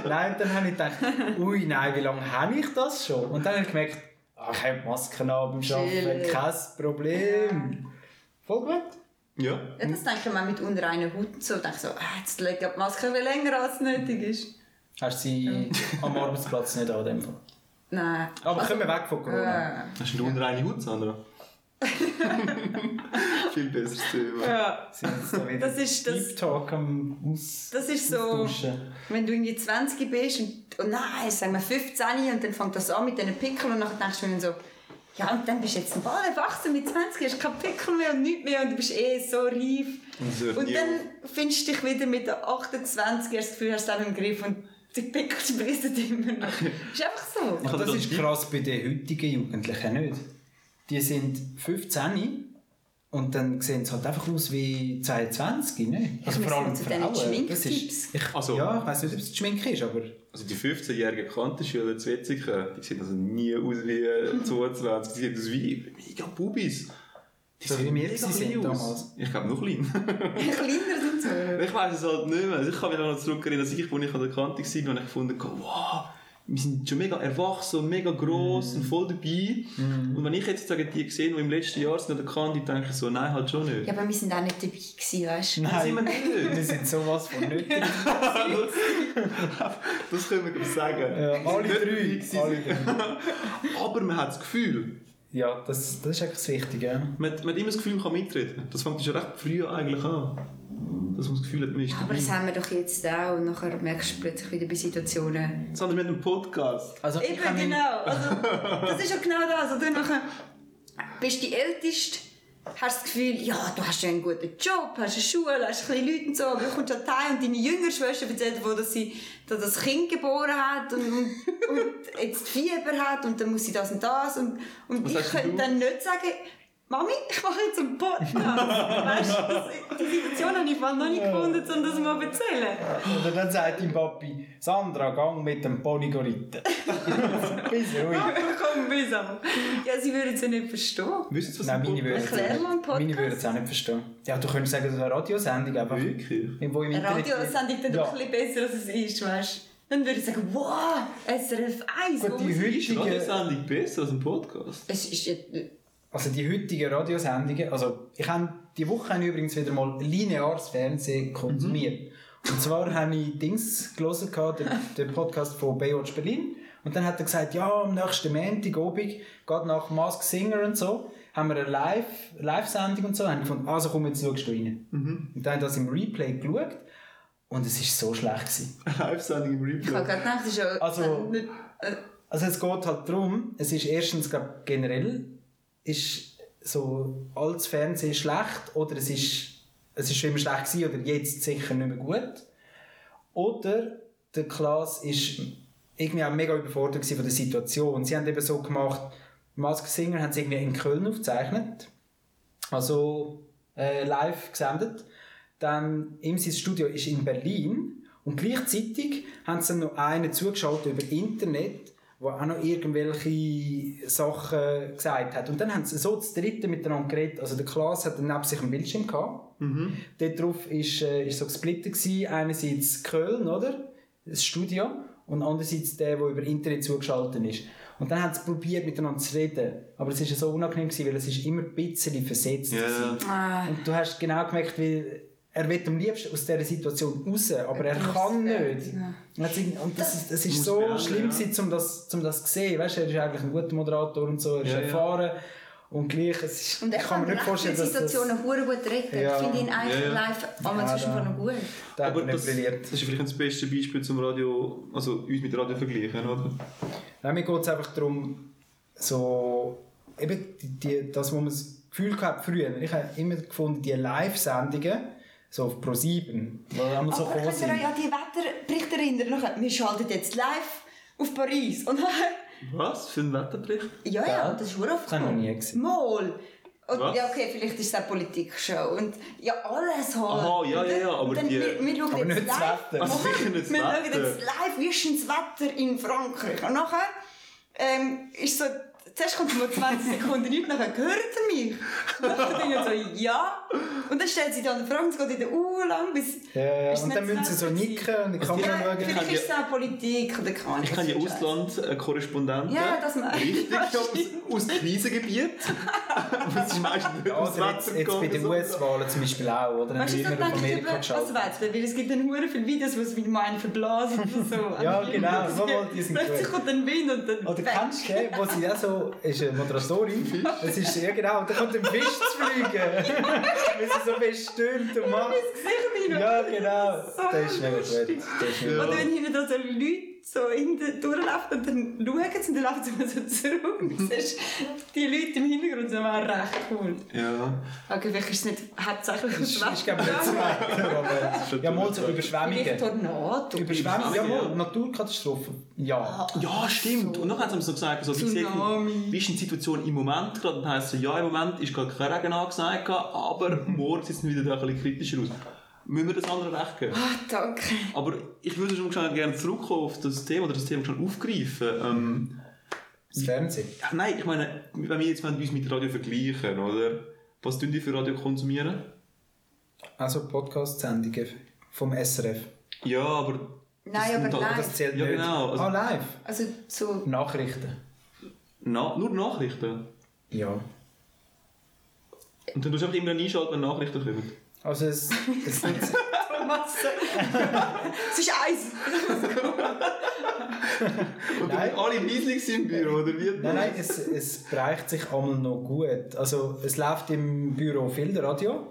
S3: nein, und dann habe ich gedacht, ui, nein, wie lange habe ich das schon? Und dann habe ich gemerkt, ah, ich habe Masken an beim Arbeiten,
S4: Chill.
S3: kein Problem. Voll gut.
S5: Ja.
S4: ja, das denke ich mir auch mit unreiner Haut und so. Ich denke so, ah, jetzt lege ich die Maske viel länger, als nötig ist.
S3: Hast du sie am Arbeitsplatz nicht an, in dem Fall.
S4: Nein.
S3: Aber kommen wir weg von Corona.
S4: Äh,
S5: Hast du eine unreine Haut, Sandra? Viel besseres Thema.
S4: ja.
S3: Sind jetzt da wieder
S4: Das ist das-
S3: Deep Talk am Aus
S4: Das ist so,
S3: Austauschen.
S4: wenn du irgendwie 20 bist und, und nein, sagen wir 15 und dann fängt das an mit diesen Pickeln und dann denkst du mir so, ja und dann bist du jetzt ein Ball erwachsen mit 20, hast keine Pickel mehr und nichts mehr und du bist eh so reif.
S5: Das hört
S4: Und
S5: nie
S4: dann findest du dich wieder mit den 28, hast das Gefühl, hast du auch im Griff und die Pickel sprießen immer noch. ist einfach so.
S5: hab
S3: Und das
S5: das
S3: ist
S5: Deep-
S3: krass bei den heutigen Jugendlichen nicht. Die sind 15 und dann sehen sie halt einfach aus wie 22, ne? Also
S4: Ich
S3: vor allem
S4: weiss nicht, ob
S3: Frauen.
S4: sie dann nicht
S3: Das
S4: Schminktipps-
S3: ist, ich,
S5: Also-
S3: ja, ich weiß nicht, ob es die Schminke ist, aber
S5: Also die 15-jährigen Kantenschüler zu Wetzig, die sehen also nie aus wie äh, 22, die sehen aus wie mega Bubis. Die
S3: So wie wir
S5: mega
S3: sie sind
S5: klein aus.
S3: damals.
S5: Ich glaube noch klein.
S4: Kleiner sind so.
S5: ich weiß es halt nicht mehr. Also ich kann mich auch noch zurück erinnern, dass ich, als ich an der Kante war, habe ich gefunden, habe, wow, wir sind schon mega erwachsen und mega gross und voll dabei. Und wenn ich jetzt sage, die gesehen, die im letzten Jahr sind an der Kante, denke ich so, nein, halt schon nicht.
S4: Ja, aber wir sind auch nicht dabei gewesen, weißt du.
S5: Das sind wir
S3: nein, wir
S5: nicht.
S3: sind sowas von nicht.
S5: das können wir glaub ich, sagen.
S3: Ja,
S5: Wir sind
S3: alle
S5: nicht dabei
S3: drei.
S5: gewesen.
S3: Alle drei.
S5: Aber man hat das Gefühl,
S3: Ja, das, das ist eigentlich das Wichtige.
S5: Man, hat- man hat immer das Gefühl, man kann mitreden. Das fängt schon recht früh eigentlich an. Dass man das Gefühl hat, man ist
S4: Aber
S5: dabei.
S4: das haben wir doch jetzt auch und nachher merkst du plötzlich wieder bei Situationen,
S5: Sondern mit einem Podcast.
S3: Also, ich
S4: Eben,
S3: habe meinen-
S4: genau. Also, das ist ja genau das. Also, du nachher bist die Älteste, hast das Gefühl, ja, du hast ja einen guten Job, hast eine Schule, hast kleine Leute und so, aber du kommst an die Heim und deine jüngere Schwester erzählt dir, dass sie dass das Kind geboren hat und, und, und jetzt Fieber hat und dann muss sie das und das und, und
S5: Was
S4: ich
S5: sagst
S4: könnte
S5: du?
S4: dann nicht sagen, Mami, ich mache jetzt einen Podcast. weißt du, das- die Situation habe ich voll noch nicht gefunden, um das mal zu erzählen.
S3: Oder dann sagt dein Papi, Sandra, gang mit dem Pony reiten. Bis ruhig.
S4: Komm, mühsam. Ja, sie würden es ja nicht verstehen.
S5: Wisst ihr, was
S3: Nein, meine
S5: Podcast-
S3: würden es
S4: Erklär mal einen
S3: nicht-
S4: Podcast.
S3: meine würden es auch nicht verstehen. Ja, du könntest sagen, das ist eine Radiosendung einfach.
S5: Wirklich?
S3: Irgendwo im
S4: Eine
S3: Internet-
S4: Radiosendung dann
S3: ja.
S4: doch ein bisschen besser, als es ist, weißt du? Dann würde ich sagen, wow, SRF 1.
S3: Gut,
S4: wo
S3: die
S4: man-
S5: Ist eine
S3: heutigen,
S5: Radiosendung besser als ein Podcast?
S4: es ist ja...
S3: also die heutigen Radiosendungen, also ich habe die Woche habe ich übrigens wieder mal lineares Fernsehen konsumiert. Und zwar habe ich Dings gelesen, gehabt, den, den Podcast von Baywatch Berlin. Und dann hat er gesagt, ja, am nächsten Montag, Abend, geht nach Mask Singer und so, haben wir eine Live- Live-Sendung und so. Und ich fand, also komm, jetzt schaust du rein. Und dann habe ich das im Replay geschaut und es war so schlecht. Gewesen.
S5: Eine Live-Sendung im
S4: Ich habe
S5: Replay.
S4: gerade gedacht, es ist ja...
S3: Also-
S4: nicht- äh,
S3: Also es geht halt darum, es ist erstens glaub, generell ist so alles Fernsehen schlecht oder es ist, es ist schon immer schlecht gewesen oder jetzt sicher nicht mehr gut. Oder der Klaas ist irgendwie auch mega überfordert gewesen von der Situation. Sie haben eben so gemacht, Mask Singer haben sie irgendwie in Köln aufgezeichnet, also äh, live gesendet. Dann ihm sein Studio ist in Berlin und gleichzeitig haben sie dann noch einen zugeschaltet über Internet, der auch noch irgendwelche Sachen gesagt hat. Und dann haben sie so das dritte miteinander geredet. Also der Klaas hat dann neben sich einen Bildschirm gehabt. Dort drauf ist, äh, ist so gesplittet gewesen. Einerseits Köln, oder? Das Studio. Und andererseits der, der über Internet zugeschaltet ist. Und dann haben sie probiert, miteinander zu reden. Aber es war so unangenehm, gewesen, weil es ist immer ein bisschen versetzt
S5: Ja.
S3: gewesen.
S4: Ah.
S3: Und du hast genau gemerkt, wie er will am liebsten aus dieser Situation raus, aber er
S4: muss
S3: kann nicht.
S4: fertig sein.
S3: Und das ist- Und das ist, das ist
S5: Muss
S3: so
S5: beenden,
S3: schlimm,
S5: ja.
S3: ja. um das um das zu sehen. Weißt, du, er ist eigentlich ein guter Moderator und so, er ist
S5: Ja, ja.
S3: erfahren. Und gleich, es ist,
S4: Und er
S3: ich kann
S4: kann
S3: mir nicht vorstellen, dass das,
S4: Situationen das... gut retten.
S3: Ja.
S4: Ich finde ihn eigentlich
S5: Ja, ja.
S4: live aber
S3: Ja,
S4: zwischendurch
S3: da-
S4: noch gut.
S3: da hat
S5: Aber
S3: er
S5: das,
S3: nicht
S5: das
S3: brilliert.
S5: ist vielleicht das beste Beispiel zum Radio, also uns mit Radio vergleichen, oder?
S3: Nein, mir geht es einfach darum, so, eben die, die, das, wo man das Gefühl gehabt früher. Ich habe immer gefunden, die Live-Sendungen, so auf Pro 7, wo einmal so
S4: Aber
S3: gekommen
S4: könnt ihr
S3: sind.
S4: euch an die Wetterberichte erinnern? Nachher, Wir schalten jetzt live auf Paris. Und nachher...
S5: Was? Für einen Wetterbericht?
S4: Ja, ja, das ist schon oft
S3: Das habe ich noch nie gesehen.
S4: Mal. Und,
S5: Was?
S4: ja, okay, vielleicht ist es auch Politikshow. Und ja, alles halt.
S5: Aha, ja, ja, ja, aber
S4: Und dann,
S5: die-
S4: wir, wir schauen
S3: Aber
S4: jetzt
S3: nicht das
S4: live.
S3: Wetter.
S5: Also
S4: Nachher-
S5: sicher nicht das
S4: Wir schauen
S5: Wetter.
S4: jetzt live, wie ist denn das Wetter in Frankreich? Und nachher ähm, ist so... Zuerst kommt nur 20 Sekunden nichts, nachher hört er mich. Und nachher denken so, ja. Und dann stellt sie dann eine Frage, es geht in der Uhr lang, bis...
S3: Ja, ja.
S4: ist
S3: Und
S4: nicht
S3: dann müssen sie
S4: das
S3: so
S4: Wetter
S3: nicken und in die Kamera
S4: Ja,
S3: schauen.
S5: kann
S4: vielleicht ist es
S5: ja-
S4: auch Politik oder keine
S5: Ich kenne ja
S4: Ahnung, was
S5: Ausland-Korrespondenten.
S4: Ja, das meine ich.
S5: Richtig,
S4: Ja,
S5: aus, aus Krisengebiet. Aber es ist meistens nicht ums
S3: Oder also
S5: Wetter
S3: jetzt, jetzt bei
S5: gegangen,
S3: den
S5: sondern-
S3: US-Wahlen zum Beispiel auch, oder? Dann
S4: Weißt du,
S3: wird
S4: dann
S3: man auf
S4: denke ich über
S3: Amerika
S4: das
S3: geschaltet.
S4: Wetter, weil es gibt dann hure viele Videos, wo es mit Mind verblasen oder so.
S3: Ja,
S4: Und
S3: genau, so wollte ich es nicht
S4: Plötzlich
S3: tun.
S4: kommt ein Wind und dann...
S3: Oder kennst du den, wo sie auch so, ist eine Moderatorin, das ist, ja genau, und dann kommt ein Fisch zu fliegen, weil sie so bestimmt und macht.
S4: Gesicht rein.
S3: Ja, genau,
S4: So
S3: das ist mega
S4: lustig.
S3: gut. Das ist mega
S5: Ja.
S4: Oder wenn hinten da so Leute so hinten durchlaufen und dann schauen sie und dann laufen sie immer so zurück. Und du siehst, die Leute im Hintergrund sind auch recht cool.
S5: Ja.
S4: Okay, vielleicht ist es nicht hauptsächlich
S3: Das ist, ist glaube ich, nicht
S4: Wetter.
S3: das Wetter, aber... Ja, mal so
S4: Vielleicht
S3: Überschwemmungen.
S4: Tornado. Ah,
S3: Überschwemmungen, ja
S5: Überschwemmungen,
S3: mal, Naturkatastrophen, ja.
S5: Ja, stimmt. Und dann haben sie uns so gesagt, so, wie, sieht,
S4: Tsunami.
S5: wie ist denn die Situation im Moment gerade? Dann heisst es so, ja, im Moment ist gerade kein Regen angesagt, aber morgen sieht es wieder da ein bisschen kritischer aus. Müssen wir das andere recht geben?
S4: Ah, danke.
S5: Aber ich würde schon schon gerne zurückkommen auf das Thema oder das Thema schon aufgreifen. Ähm,
S3: Das Fernsehen.
S5: ja, nein, ich meine, wenn wir jetzt wollen, uns mit Radio vergleichen, oder? Was tun die für Radio konsumieren?
S3: Also Podcast-Sendungen vom SRF.
S5: Ja, aber.
S4: Nein,
S5: das-
S4: aber
S3: Das zählt
S5: Ja,
S3: nicht.
S5: genau, also-
S3: Ah, live.
S4: Also so...
S3: Nachrichten.
S5: Na, nur Nachrichten.
S3: Ja.
S5: Und dann tust du einfach immer einschalten, wenn Nachrichten kommen.
S3: Also es, es nützt,
S4: Masse. es ist Eis.
S5: Und
S3: Nein.
S5: dann alle leislich sind im Büro, oder wie?
S3: nein, nein, es, es reicht sich einmal noch gut. Also es läuft im Büro viel Radio,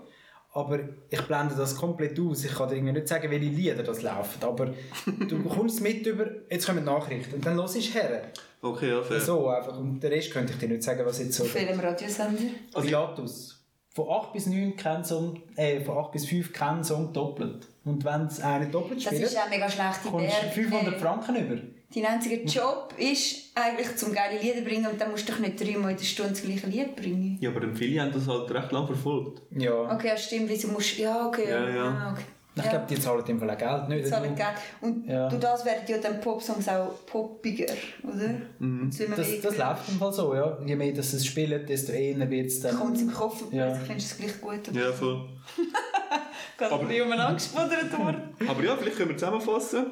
S3: aber ich blende das komplett aus. Ich kann dir irgendwie nicht sagen, welche Lieder das laufen, aber du kommst mit über, jetzt kommen die Nachrichten und dann los ist her.
S5: Okay, ja, fair.
S3: So einfach. Und den Rest könnte ich dir nicht sagen, was jetzt so...
S4: Auf welchem Radiosender?
S5: Also-
S3: Pilatus. Von 8 bis 9 kein Song, äh, von 8 bis 5 kein Song doppelt. Und wenn es einen doppelt
S4: Das
S3: spielt,
S4: ist auch mega schlechte
S3: kommst du
S4: Werbung.
S3: 500 Franken über.
S4: dein einziger Job ist eigentlich zum geile Lieder bringen und dann musst du doch nicht dreimal in der Stunde das gleiche Lied bringen.
S5: Ja, aber dann viele haben das halt recht lang verfolgt.
S3: Ja.
S4: Okay, ja, stimmt, wieso musst du... Ja, okay.
S5: Ja, ja.
S4: Ah, okay.
S3: Ich glaube, die zahlen im Fall auch Geld, nicht? Also,
S4: Das habe ich gern. Und
S3: Ja.
S4: durch das werden ja dann Popsongs auch poppiger, oder?
S5: Mhm.
S4: Das, will man
S3: Das,
S4: irgendwie-
S3: das läuft im Fall so, ja. Je mehr das es spielt, desto eher wird es dann...
S4: kommt es im Kopf und
S3: Ja.
S4: ja. findest du es gleich gut.
S5: Ja, voll.
S4: Gerade
S5: Aber-
S4: aber ich um angespodert worden.
S5: Aber ja, vielleicht können wir zusammenfassen.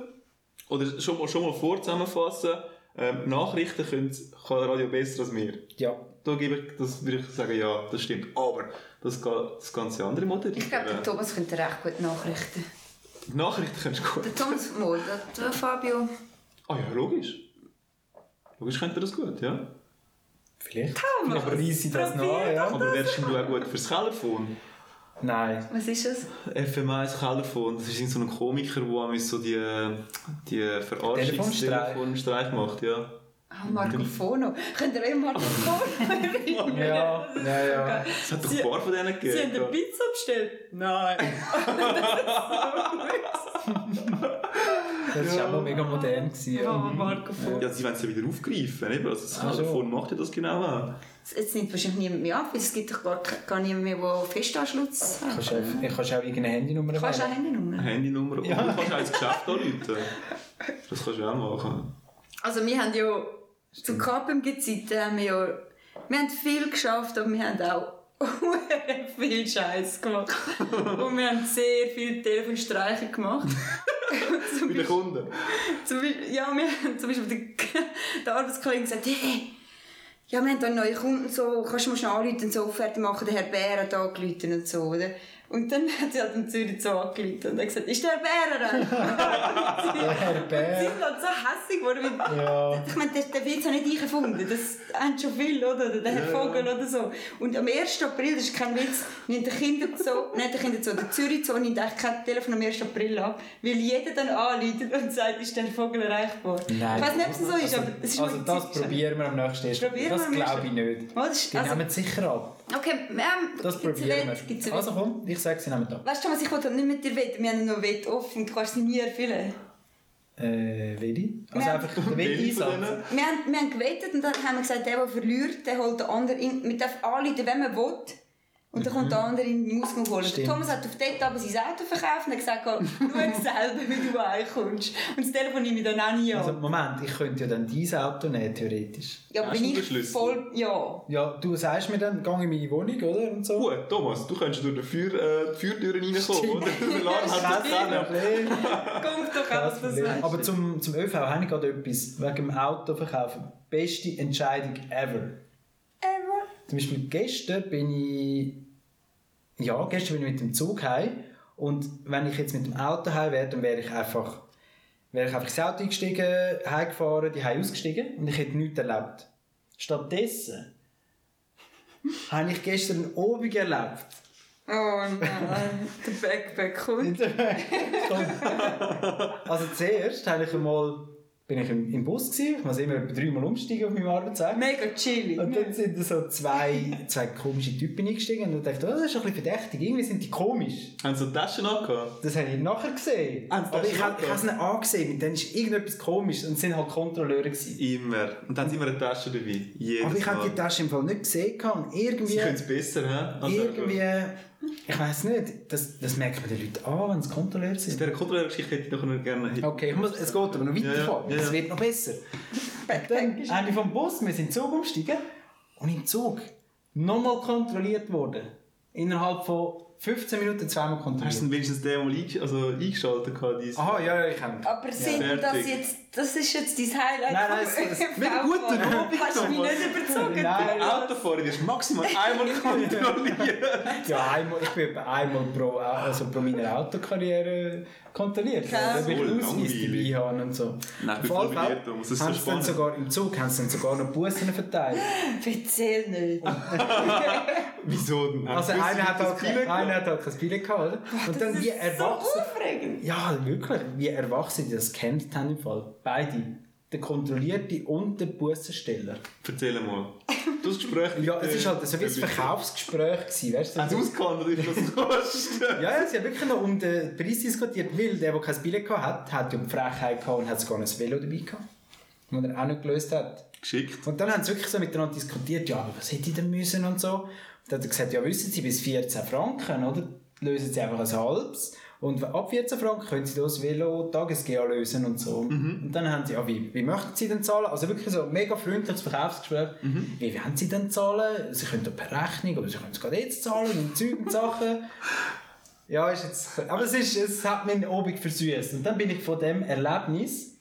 S5: Oder schon mal, schon mal vor zusammenfassen. Ähm, Nachrichten können, kann Radio besser als wir.
S3: Ja.
S5: Da gebe ich, das würde ich sagen, ja, das stimmt. Aber das, ga- das ganze andere moderieren.
S4: Ich glaube, der Thomas könnte recht gut nachrichten.
S5: Die Nachrichten kannst du gut.
S4: Der Thomas mal, der- der Fabio.
S5: Ah ja, logisch. Logisch könnte er das gut, ja.
S3: Vielleicht.
S4: Thomas,
S3: Aber reisse ich das noch
S4: probier
S3: an, ja?
S5: Aber wärst du auch gut fürs Telefon?
S3: Nein.
S4: Was ist das?
S5: FM1 Telefon, das ist so ein Komiker, der manchmal so die, die Verarschungs-
S3: Telefonstreich.
S5: Telefonstreich macht, ja.
S4: Ah, Marco Fono. Könnt ihr euch Marco Fono erinnern?
S3: Ja, ja, ja.
S5: Es hat doch ein paar von denen gegeben.
S4: Sie haben eine Pizza bestellt? Nein.
S3: Das war auch noch mega modern. Gewesen,
S4: Ja,
S3: ja.
S4: Marco Fono.
S5: Ja, sie wollen es ja wieder aufgreifen, eben. Also das
S3: Ach so.
S5: Telefon macht ja das genau auch.
S4: Jetzt nimmt wahrscheinlich niemand mehr ab, weil es gibt doch gar, ke- gar niemand mehr, der Festanschluss hat.
S3: Kannst du auch- Ich kannst auch irgendeine Handynummer
S4: Du kannst auch
S3: wählen.
S5: Eine
S4: Handynummer.
S5: Handynummer. Und du kannst auch ins Geschäft anrufen. Das kannst du auch machen.
S4: Also wir haben ja zu KPMG-Zeiten äh, haben wir ja wir haben viel geschafft, aber wir haben auch verdammt viel Scheiß gemacht. Und wir haben sehr viele Telefonstreiche gemacht.
S5: Bei den Kunden.
S4: Zum Beispiel, ja, wir haben zum Beispiel den, der Arbeitskollegen gesagt, hey, ja, wir haben da einen neuen Kunden, so, kannst du mal schnell anrufen und so Offerte machen, der Herr Bär hat angerufen und so, oder? Und dann hat sie halt in Zürich so angerufen und hat gesagt, ist der Herr Bär da?
S3: Der Herr Bär.
S4: Sie sind halt so hässlich geworden, weil
S3: Ja.
S4: ich meine, den, den Witz habe nicht ich erfunden. Das haben schon viele, oder? Oder Der Herr Vogel oder so. Und am 1. April, das ist kein Witz, nimmt der Kinder so, nicht der Kinder so, der Zürich so, nimmt echt kein Telefon am 1. April ab, weil jeder dann anleitet und sagt, ist der Herr Vogel erreichbar?
S3: Nein.
S4: Ich weiß nicht, ob es so ist, aber es ist
S3: Also
S4: mal
S3: das
S4: gezeigt.
S3: probieren wir am nächsten Test.
S4: Probieren wir
S3: Das
S4: am
S3: glaube ich
S4: nächsten-
S3: nicht.
S4: Oh, das ist-
S3: Die
S4: also-
S3: nehmen es sicher ab.
S4: Okay, wir haben...
S3: Das
S4: gibt's einen
S3: probieren
S4: Wett? Gibt's
S3: wir.
S4: einen
S3: Also
S4: Wett?
S3: komm, ich sage, sie nehmen ab.
S4: Weißt du, Thomas, ich wollte nicht mit dir wetten, wir haben noch Wett offen, du kannst sie nie erfüllen.
S3: Äh, Willi? Also
S4: Ja.
S3: einfach den
S5: Welche von
S3: Willi-Einsatz.
S5: denen?
S4: Wir haben, wir haben gewettet und dann haben wir gesagt, der, der verliert, der holt den anderen in. Man darf anrufen, wenn man will. Und dann kommt der andere in den Ausgang holen. Der
S3: Mhm. Stimmt.
S4: Thomas hat auf dort aber sein Auto verkauft und hat gesagt, oh, schau selber, wie du heimkommst. Und das Telefon nehme ich dann auch nie an.
S3: Also Moment, ich könnte ja dann dein Auto nehmen, theoretisch.
S4: ja, aber
S5: hast
S4: wenn
S5: du den
S4: ich
S5: Schlüssel?
S4: voll... Ja.
S3: Ja, du sagst mir dann, geh in meine Wohnung, oder? Und so.
S5: Gut, Thomas, du könntest durch die, Feuer, äh, die Feuertüren reinkommen, oder? Der Laden halt hat das
S3: Kein
S5: auch noch.
S3: Problem.
S4: Komm doch aus, das
S3: Problem.
S4: weißt
S3: Aber zum, zum ÖV habe ich gerade etwas. Wegen dem Autoverkaufen. Beste Entscheidung ever.
S4: Ever.
S3: Zum Beispiel gestern bin ich. Ja, gestern bin ich mit dem Zug heim. Und wenn ich jetzt mit dem Auto heim wäre, dann wäre ich einfach. Wäre ich einfach ins Auto eingestiegen, heimgefahren, die heim ausgestiegen und ich hätte nichts erlebt. Stattdessen habe ich gestern einen Obig erlebt.
S4: Oh nein, der Backpack kommt.
S3: also zuerst habe ich einmal, bin ich im, im Bus gewesen, ich muss immer etwa dreimal umsteigen auf meinem Arbeitsweg.
S4: Mega chillig.
S3: Und dann sind da so zwei, zwei komische Typen eingestiegen und ich dachte, oh, das ist schon ein bisschen verdächtig, irgendwie sind die komisch.
S5: Haben sie so Taschen angehabt?
S3: Das habe ich nachher gesehen.
S5: Ah, das
S3: Aber
S5: hast
S3: ich
S5: du
S3: habe ich
S5: gesehen?
S3: habe es nicht angesehen, und dann ist irgendetwas komisch und es sind halt Kontrolleure gewesen.
S5: Immer. Und dann sind wir eine Tasche dabei. Jedes
S3: Aber ich habe die
S5: Mal.
S3: Tasche im Fall nicht gesehen gehabt und
S5: Sie
S3: irgendwie,
S5: können es besser, hä? Also,
S3: irgendwie, ich weiß nicht, das, das merkt man den Leuten an, wenn es Kontrolleure
S5: Bei
S3: sind.
S5: dieser Kontrollgeschichte hätte ich doch noch gerne...
S3: Okay, ich muss, es geht aber noch weiter
S5: Ja, ja,
S3: vor.
S5: ja,
S3: Es
S5: ja.
S3: wird noch besser. Und dann habe ich vom Bus, wir sind in den Zug umgestiegen und im Zug nochmal kontrolliert worden. Innerhalb von 15 Minuten zweimal
S5: Hast du
S3: kontrolliert.
S5: denn wenigstens den mal eingesch- also eingeschaltet? gehabt, dieses-
S3: Aha, ja, ja, ich habe
S4: Aber sind
S5: Fertig.
S4: das jetzt... Das ist jetzt dein Highlight
S3: Nein, nein, es- es-
S5: Mit guter Lobby,
S4: Hast du mich
S5: Thomas.
S4: nicht überzogen?
S3: Nein.
S5: Autofahren wirst du maximal einmal kontrolliert.
S3: Ja, einmal, ich bin etwa einmal pro, also pro meiner Autokarriere kontrolliert.
S4: Ja.
S3: worden, Ob ich einen Ausweis
S5: Voll langweilig.
S3: dabei habe und so.
S5: Nein, ich bin
S3: Auf
S5: voll
S3: alle
S5: bei dir,
S3: Fälle
S5: Thomas, das ist so
S3: haben sie dann
S5: spannend.
S3: sogar im Zug haben sie dann sogar noch Bussen verteilt.
S4: Erzähl nicht.
S5: Wieso denn?
S3: Also
S5: Haben sie
S3: einer hat,
S5: das
S3: halt,
S5: Kilo
S3: kein- einer hat halt kein Bilet gehabt, oder? und dann wie
S4: So
S3: erwachsen.
S4: aufregend.
S3: Ja, wirklich, wie Erwachsene die das gekämpft haben im Fall. Beide. Der Kontrollierte und der Bussensteller.
S5: Erzähl mal. Du hast Gespräch mit
S3: Ja, es
S5: der-
S3: ist halt so wie ein Verkaufsgespräch gewesen, weißt du?
S5: Haben sie ausgehandelt, wie viel das kostet?
S3: Ja, ja, sie haben wirklich noch um den Preis diskutiert, weil der, der kein Billett hatte, hat ja die Frechheit gehabt und hat sogar ein Velo dabei gehabt. die er auch nicht gelöst hat.
S5: Geschickt.
S3: Und dann haben sie wirklich so miteinander diskutiert, ja, aber was hätte ich denn müssen und so. Und dann hat er gesagt, ja, wissen Sie, bis 14 Franken, oder? Lösen Sie einfach ein halbes. Und ab 14 Franken können Sie das Velo TagesGA lösen und so. Und dann haben sie, ja, wie, wie möchten Sie denn zahlen? Also wirklich so mega freundliches Verkaufsgespräch. Wie wollen Sie denn zahlen? Sie können doch per Rechnung, aber Sie können es gerade jetzt zahlen und Zeug und Sachen. Ja, ist jetzt, aber es, ist, es hat mich obig versüßt. Und dann bin ich von dem Erlebnis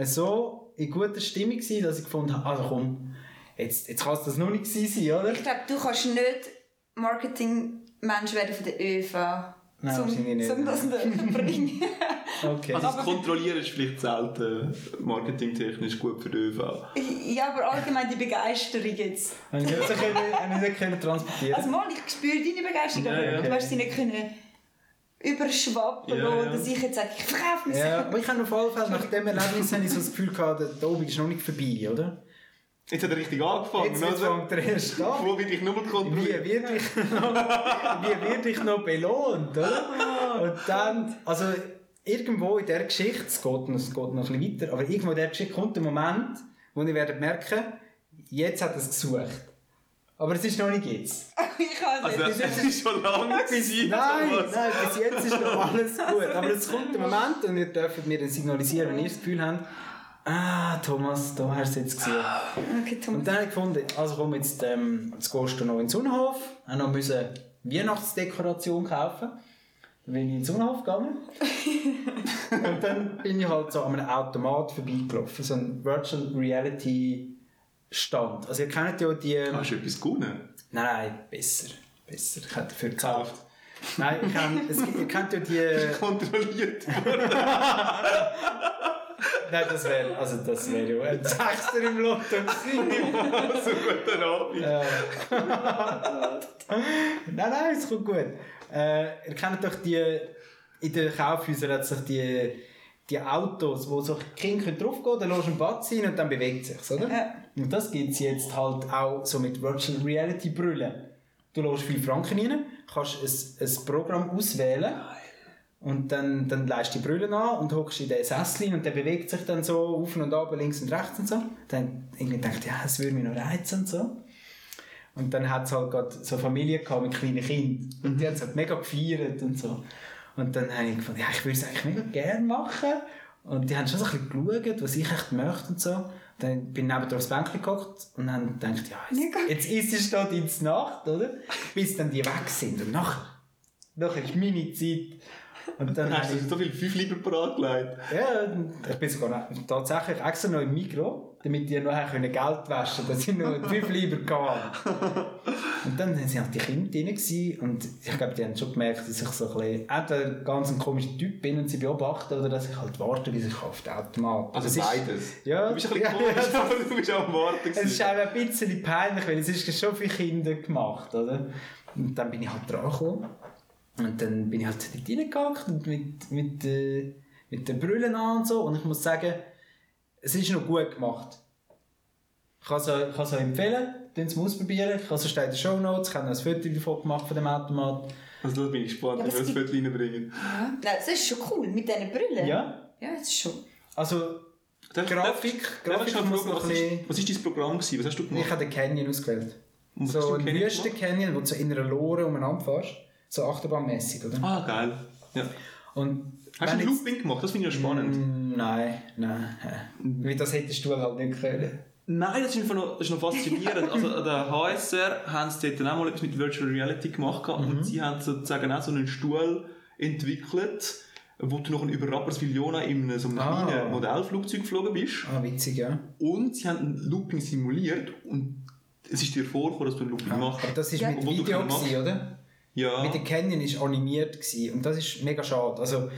S3: so in guter Stimmung gewesen, dass ich gefunden habe, also komm, jetzt, jetzt kann es das noch nicht gewesen sein, oder?
S4: Ich glaube, du kannst nicht Marketingmensch werden von der ÖV.
S3: Nein, wahrscheinlich nicht.
S4: Zum das nicht bringen.
S3: Okay.
S5: Also das Kontrollieren ist vielleicht selten marketingtechnisch gut für die ÖV.
S4: ja, aber allgemein die Begeisterung jetzt.
S3: Habe ich nicht so können, habe ich nicht können transportieren
S4: Also mal, ich spüre deine Begeisterung, aber
S5: Ja, ja.
S4: du hast sie nicht können überschwappen
S5: Ja, ja.
S4: lassen, dass ich jetzt sage, ich verkaufe mich.
S3: Ja, aber ich habe auf jeden Fall nach dem Erlebnis habe ich so das Gefühl gehabt, der- der Abend ist noch nicht vorbei, oder?
S5: Jetzt hat er richtig angefangen,
S3: Jetzt wird
S5: oder?
S3: fängt er erst an.
S5: Wo will ich nur mal
S3: Wie
S5: kontrollieren?
S3: wird ich noch, wie wird ich noch belohnt, oder? Und dann, also irgendwo in dieser Geschichte, es geht, noch- es geht noch ein bisschen weiter, aber irgendwo in dieser Geschichte kommt der Moment, wo ich werde merken, jetzt hat er es gesucht. Aber es ist noch nicht jetzt.
S4: Ich kann es
S5: Also,
S4: nicht.
S5: das ist schon lange gewesen.
S3: Nein, nein, bis jetzt ist noch alles gut. Aber es kommt der Moment und ihr dürft mir dann signalisieren, wenn ihr das Gefühl habt, ah, Thomas, da hast du es jetzt gesehen.
S4: Okay,
S3: Und
S4: Thomas.
S3: dann habe ich gefunden, also komm, jetzt, ähm, jetzt gehst du noch in den Sonnenhof. Auch noch müssen Weihnachtsdekoration kaufen. Dann bin ich in den Sonnenhof gegangen. und dann bin ich halt so an einem Automat vorbeigelaufen. So ein Virtual Reality Stand. Also ihr kennt ja die...
S5: Hast du etwas gewonnen?
S3: Nein, nein, besser. Besser. Ich hätte dafür gekauft. Nein, ich kann, es, gibt- ihr kennt ja die...
S5: Kontrolliert.
S3: Nein, das wäre... Also das wäre ja ein Sechser im Lotto gewesen.
S5: Also, guten Abend.
S3: Äh. nein, nein, es kommt gut. Äh, ihr kennt doch die... In den Kaufhäusern hat sich die... Die Autos, wo so Kinder können draufgehen können, dann lässt du einen Batz rein und dann bewegt es sich, oder?
S4: Ja.
S3: Und das gibt es jetzt halt auch so mit Virtual Reality Brüllen. Du lässt 5 Franken rein, kannst ein, ein Programm auswählen und dann, dann leist die Brille an und hockst in diesen Sessel rein und der bewegt sich dann so auf und ab, links und rechts und so. Dann irgendwie denkt ja, es würde mich noch reizen und so. Und dann hat es halt gerade so Familie gehabt mit kleinen Kindern. Und die haben es halt mega gefeiert und so. Und dann habe ich gefunden, ja, ich würde es eigentlich mega gerne machen. Und die haben schon so ein bisschen geschaut, was ich echt möchte und so. Dann bin ich neben aufs Bänkchen gehockt und dann gedacht, ja,
S4: Mega.
S3: jetzt, jetzt ist es dort in die Nacht, oder? Bis dann die weg sind. Und nachher, nachher ist meine Zeit. Und dann
S5: Hast
S3: habe
S5: du
S3: ich,
S5: so viel 5 Lieber parat gelegt?
S3: ja, ich bin sogar noch- tatsächlich extra noch im Mikro, damit die nachher können Geld waschen können, dass ich noch fünf lieber gehe. Und dann waren halt die Kinder drin gewesen und ich glaube, die haben schon gemerkt, dass ich so ein bisschen entweder ganz ein komischer Typ bin und sie beobachten oder dass ich halt warte, bis ich auf den Automat.
S5: Also
S3: Es ist-
S5: beides.
S3: Ja.
S5: Du bist ein bisschen
S3: Ja,
S5: komisch,
S3: ja.
S5: aber du bist auch am Warten.
S3: Es ist
S5: gewesen.
S3: auch ein bisschen peinlich, weil es ist schon für Kinder gemacht, oder? Und dann bin ich halt dran gekommen. Und dann bin ich halt dort reingehackt und mit, mit, äh, mit den Brüllen an und so. Und ich muss sagen, es ist noch gut gemacht. Ich kann es euch, ich kann es euch empfehlen, könnt es mal ausprobieren. Ich habe es in den Show Notes, ich habe noch ein Foto davon gemacht von dem Automat.
S5: Also, da bin ich gespannt,
S4: Ja,
S5: wie wir
S4: aber
S5: das
S4: es
S5: Viertel reinbringen.
S4: Nein, das ist schon cool, mit diesen Brillen.
S3: Ja,
S4: Ja, das ist schon.
S3: also
S5: Darf-
S3: Grafik-
S5: darf-
S3: Grafik
S5: darf ich schon
S3: muss
S5: fragen,
S3: noch
S5: was
S3: ein bisschen-
S5: ist- Was war dein Programm? gewesen? Was hast du
S3: ich
S5: gemacht?
S3: habe den Canyon ausgewählt.
S5: Und was hast
S3: So
S5: du
S3: ein
S5: im Canyon
S3: Wüsten-Canyon, wo du so in einer Lore umeinander fährst. So achterbahnmäßig, oder?
S5: Ah, geil. Ja.
S3: Und
S5: Hast du
S3: wenn
S5: einen
S3: jetzt-
S5: Looping gemacht? Das finde ich ja spannend.
S3: Mm, Nein, nein. hä. Weil das hättest du halt nicht können.
S5: Nein, das ist, einfach noch, das ist noch faszinierend. Also an der HSR haben sie dort dann auch mal etwas mit Virtual Reality gemacht gehabt
S3: Mhm.
S5: und sie haben sozusagen auch so einen Stuhl entwickelt, wo du noch über Rapperswil-Jona in so einem
S3: Ah.
S5: kleinen Modellflugzeug geflogen bist.
S3: Ah, witzig, ja.
S5: Und sie haben einen Looping simuliert und es ist dir vorgekommen, dass du einen Looping machst.
S3: Aber das war
S4: Ja.
S3: mit
S5: Obwohl du
S3: Video,
S5: keinen machst.
S3: gewesen, oder?
S5: Ja,
S3: Mit dem Canyon war animiert. Gewesen. Und das ist mega schade. Also,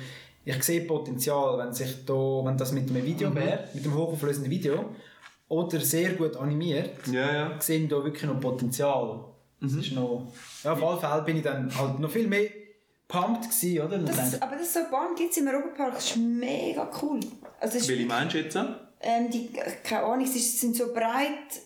S3: ich sehe Potenzial, wenn, sich da, wenn das mit einem Video
S4: Mhm.
S3: wäre, mit einem hochauflösenden Video, oder sehr gut animiert,
S5: ja, ja.
S3: sehe ich da wirklich noch Potenzial. Das
S4: Mhm.
S3: ist noch... Ja, auf alle Fälle bin ich dann halt noch viel mehr pumped gewesen, oder? Und
S4: Das,
S3: dann-
S4: aber das so eine Bahn gibt es im Europapark, das ist mega cool. Also das
S5: Welche
S4: ist,
S5: meinst du jetzt?
S4: ähm, die, keine Ahnung, es ist- sind so breit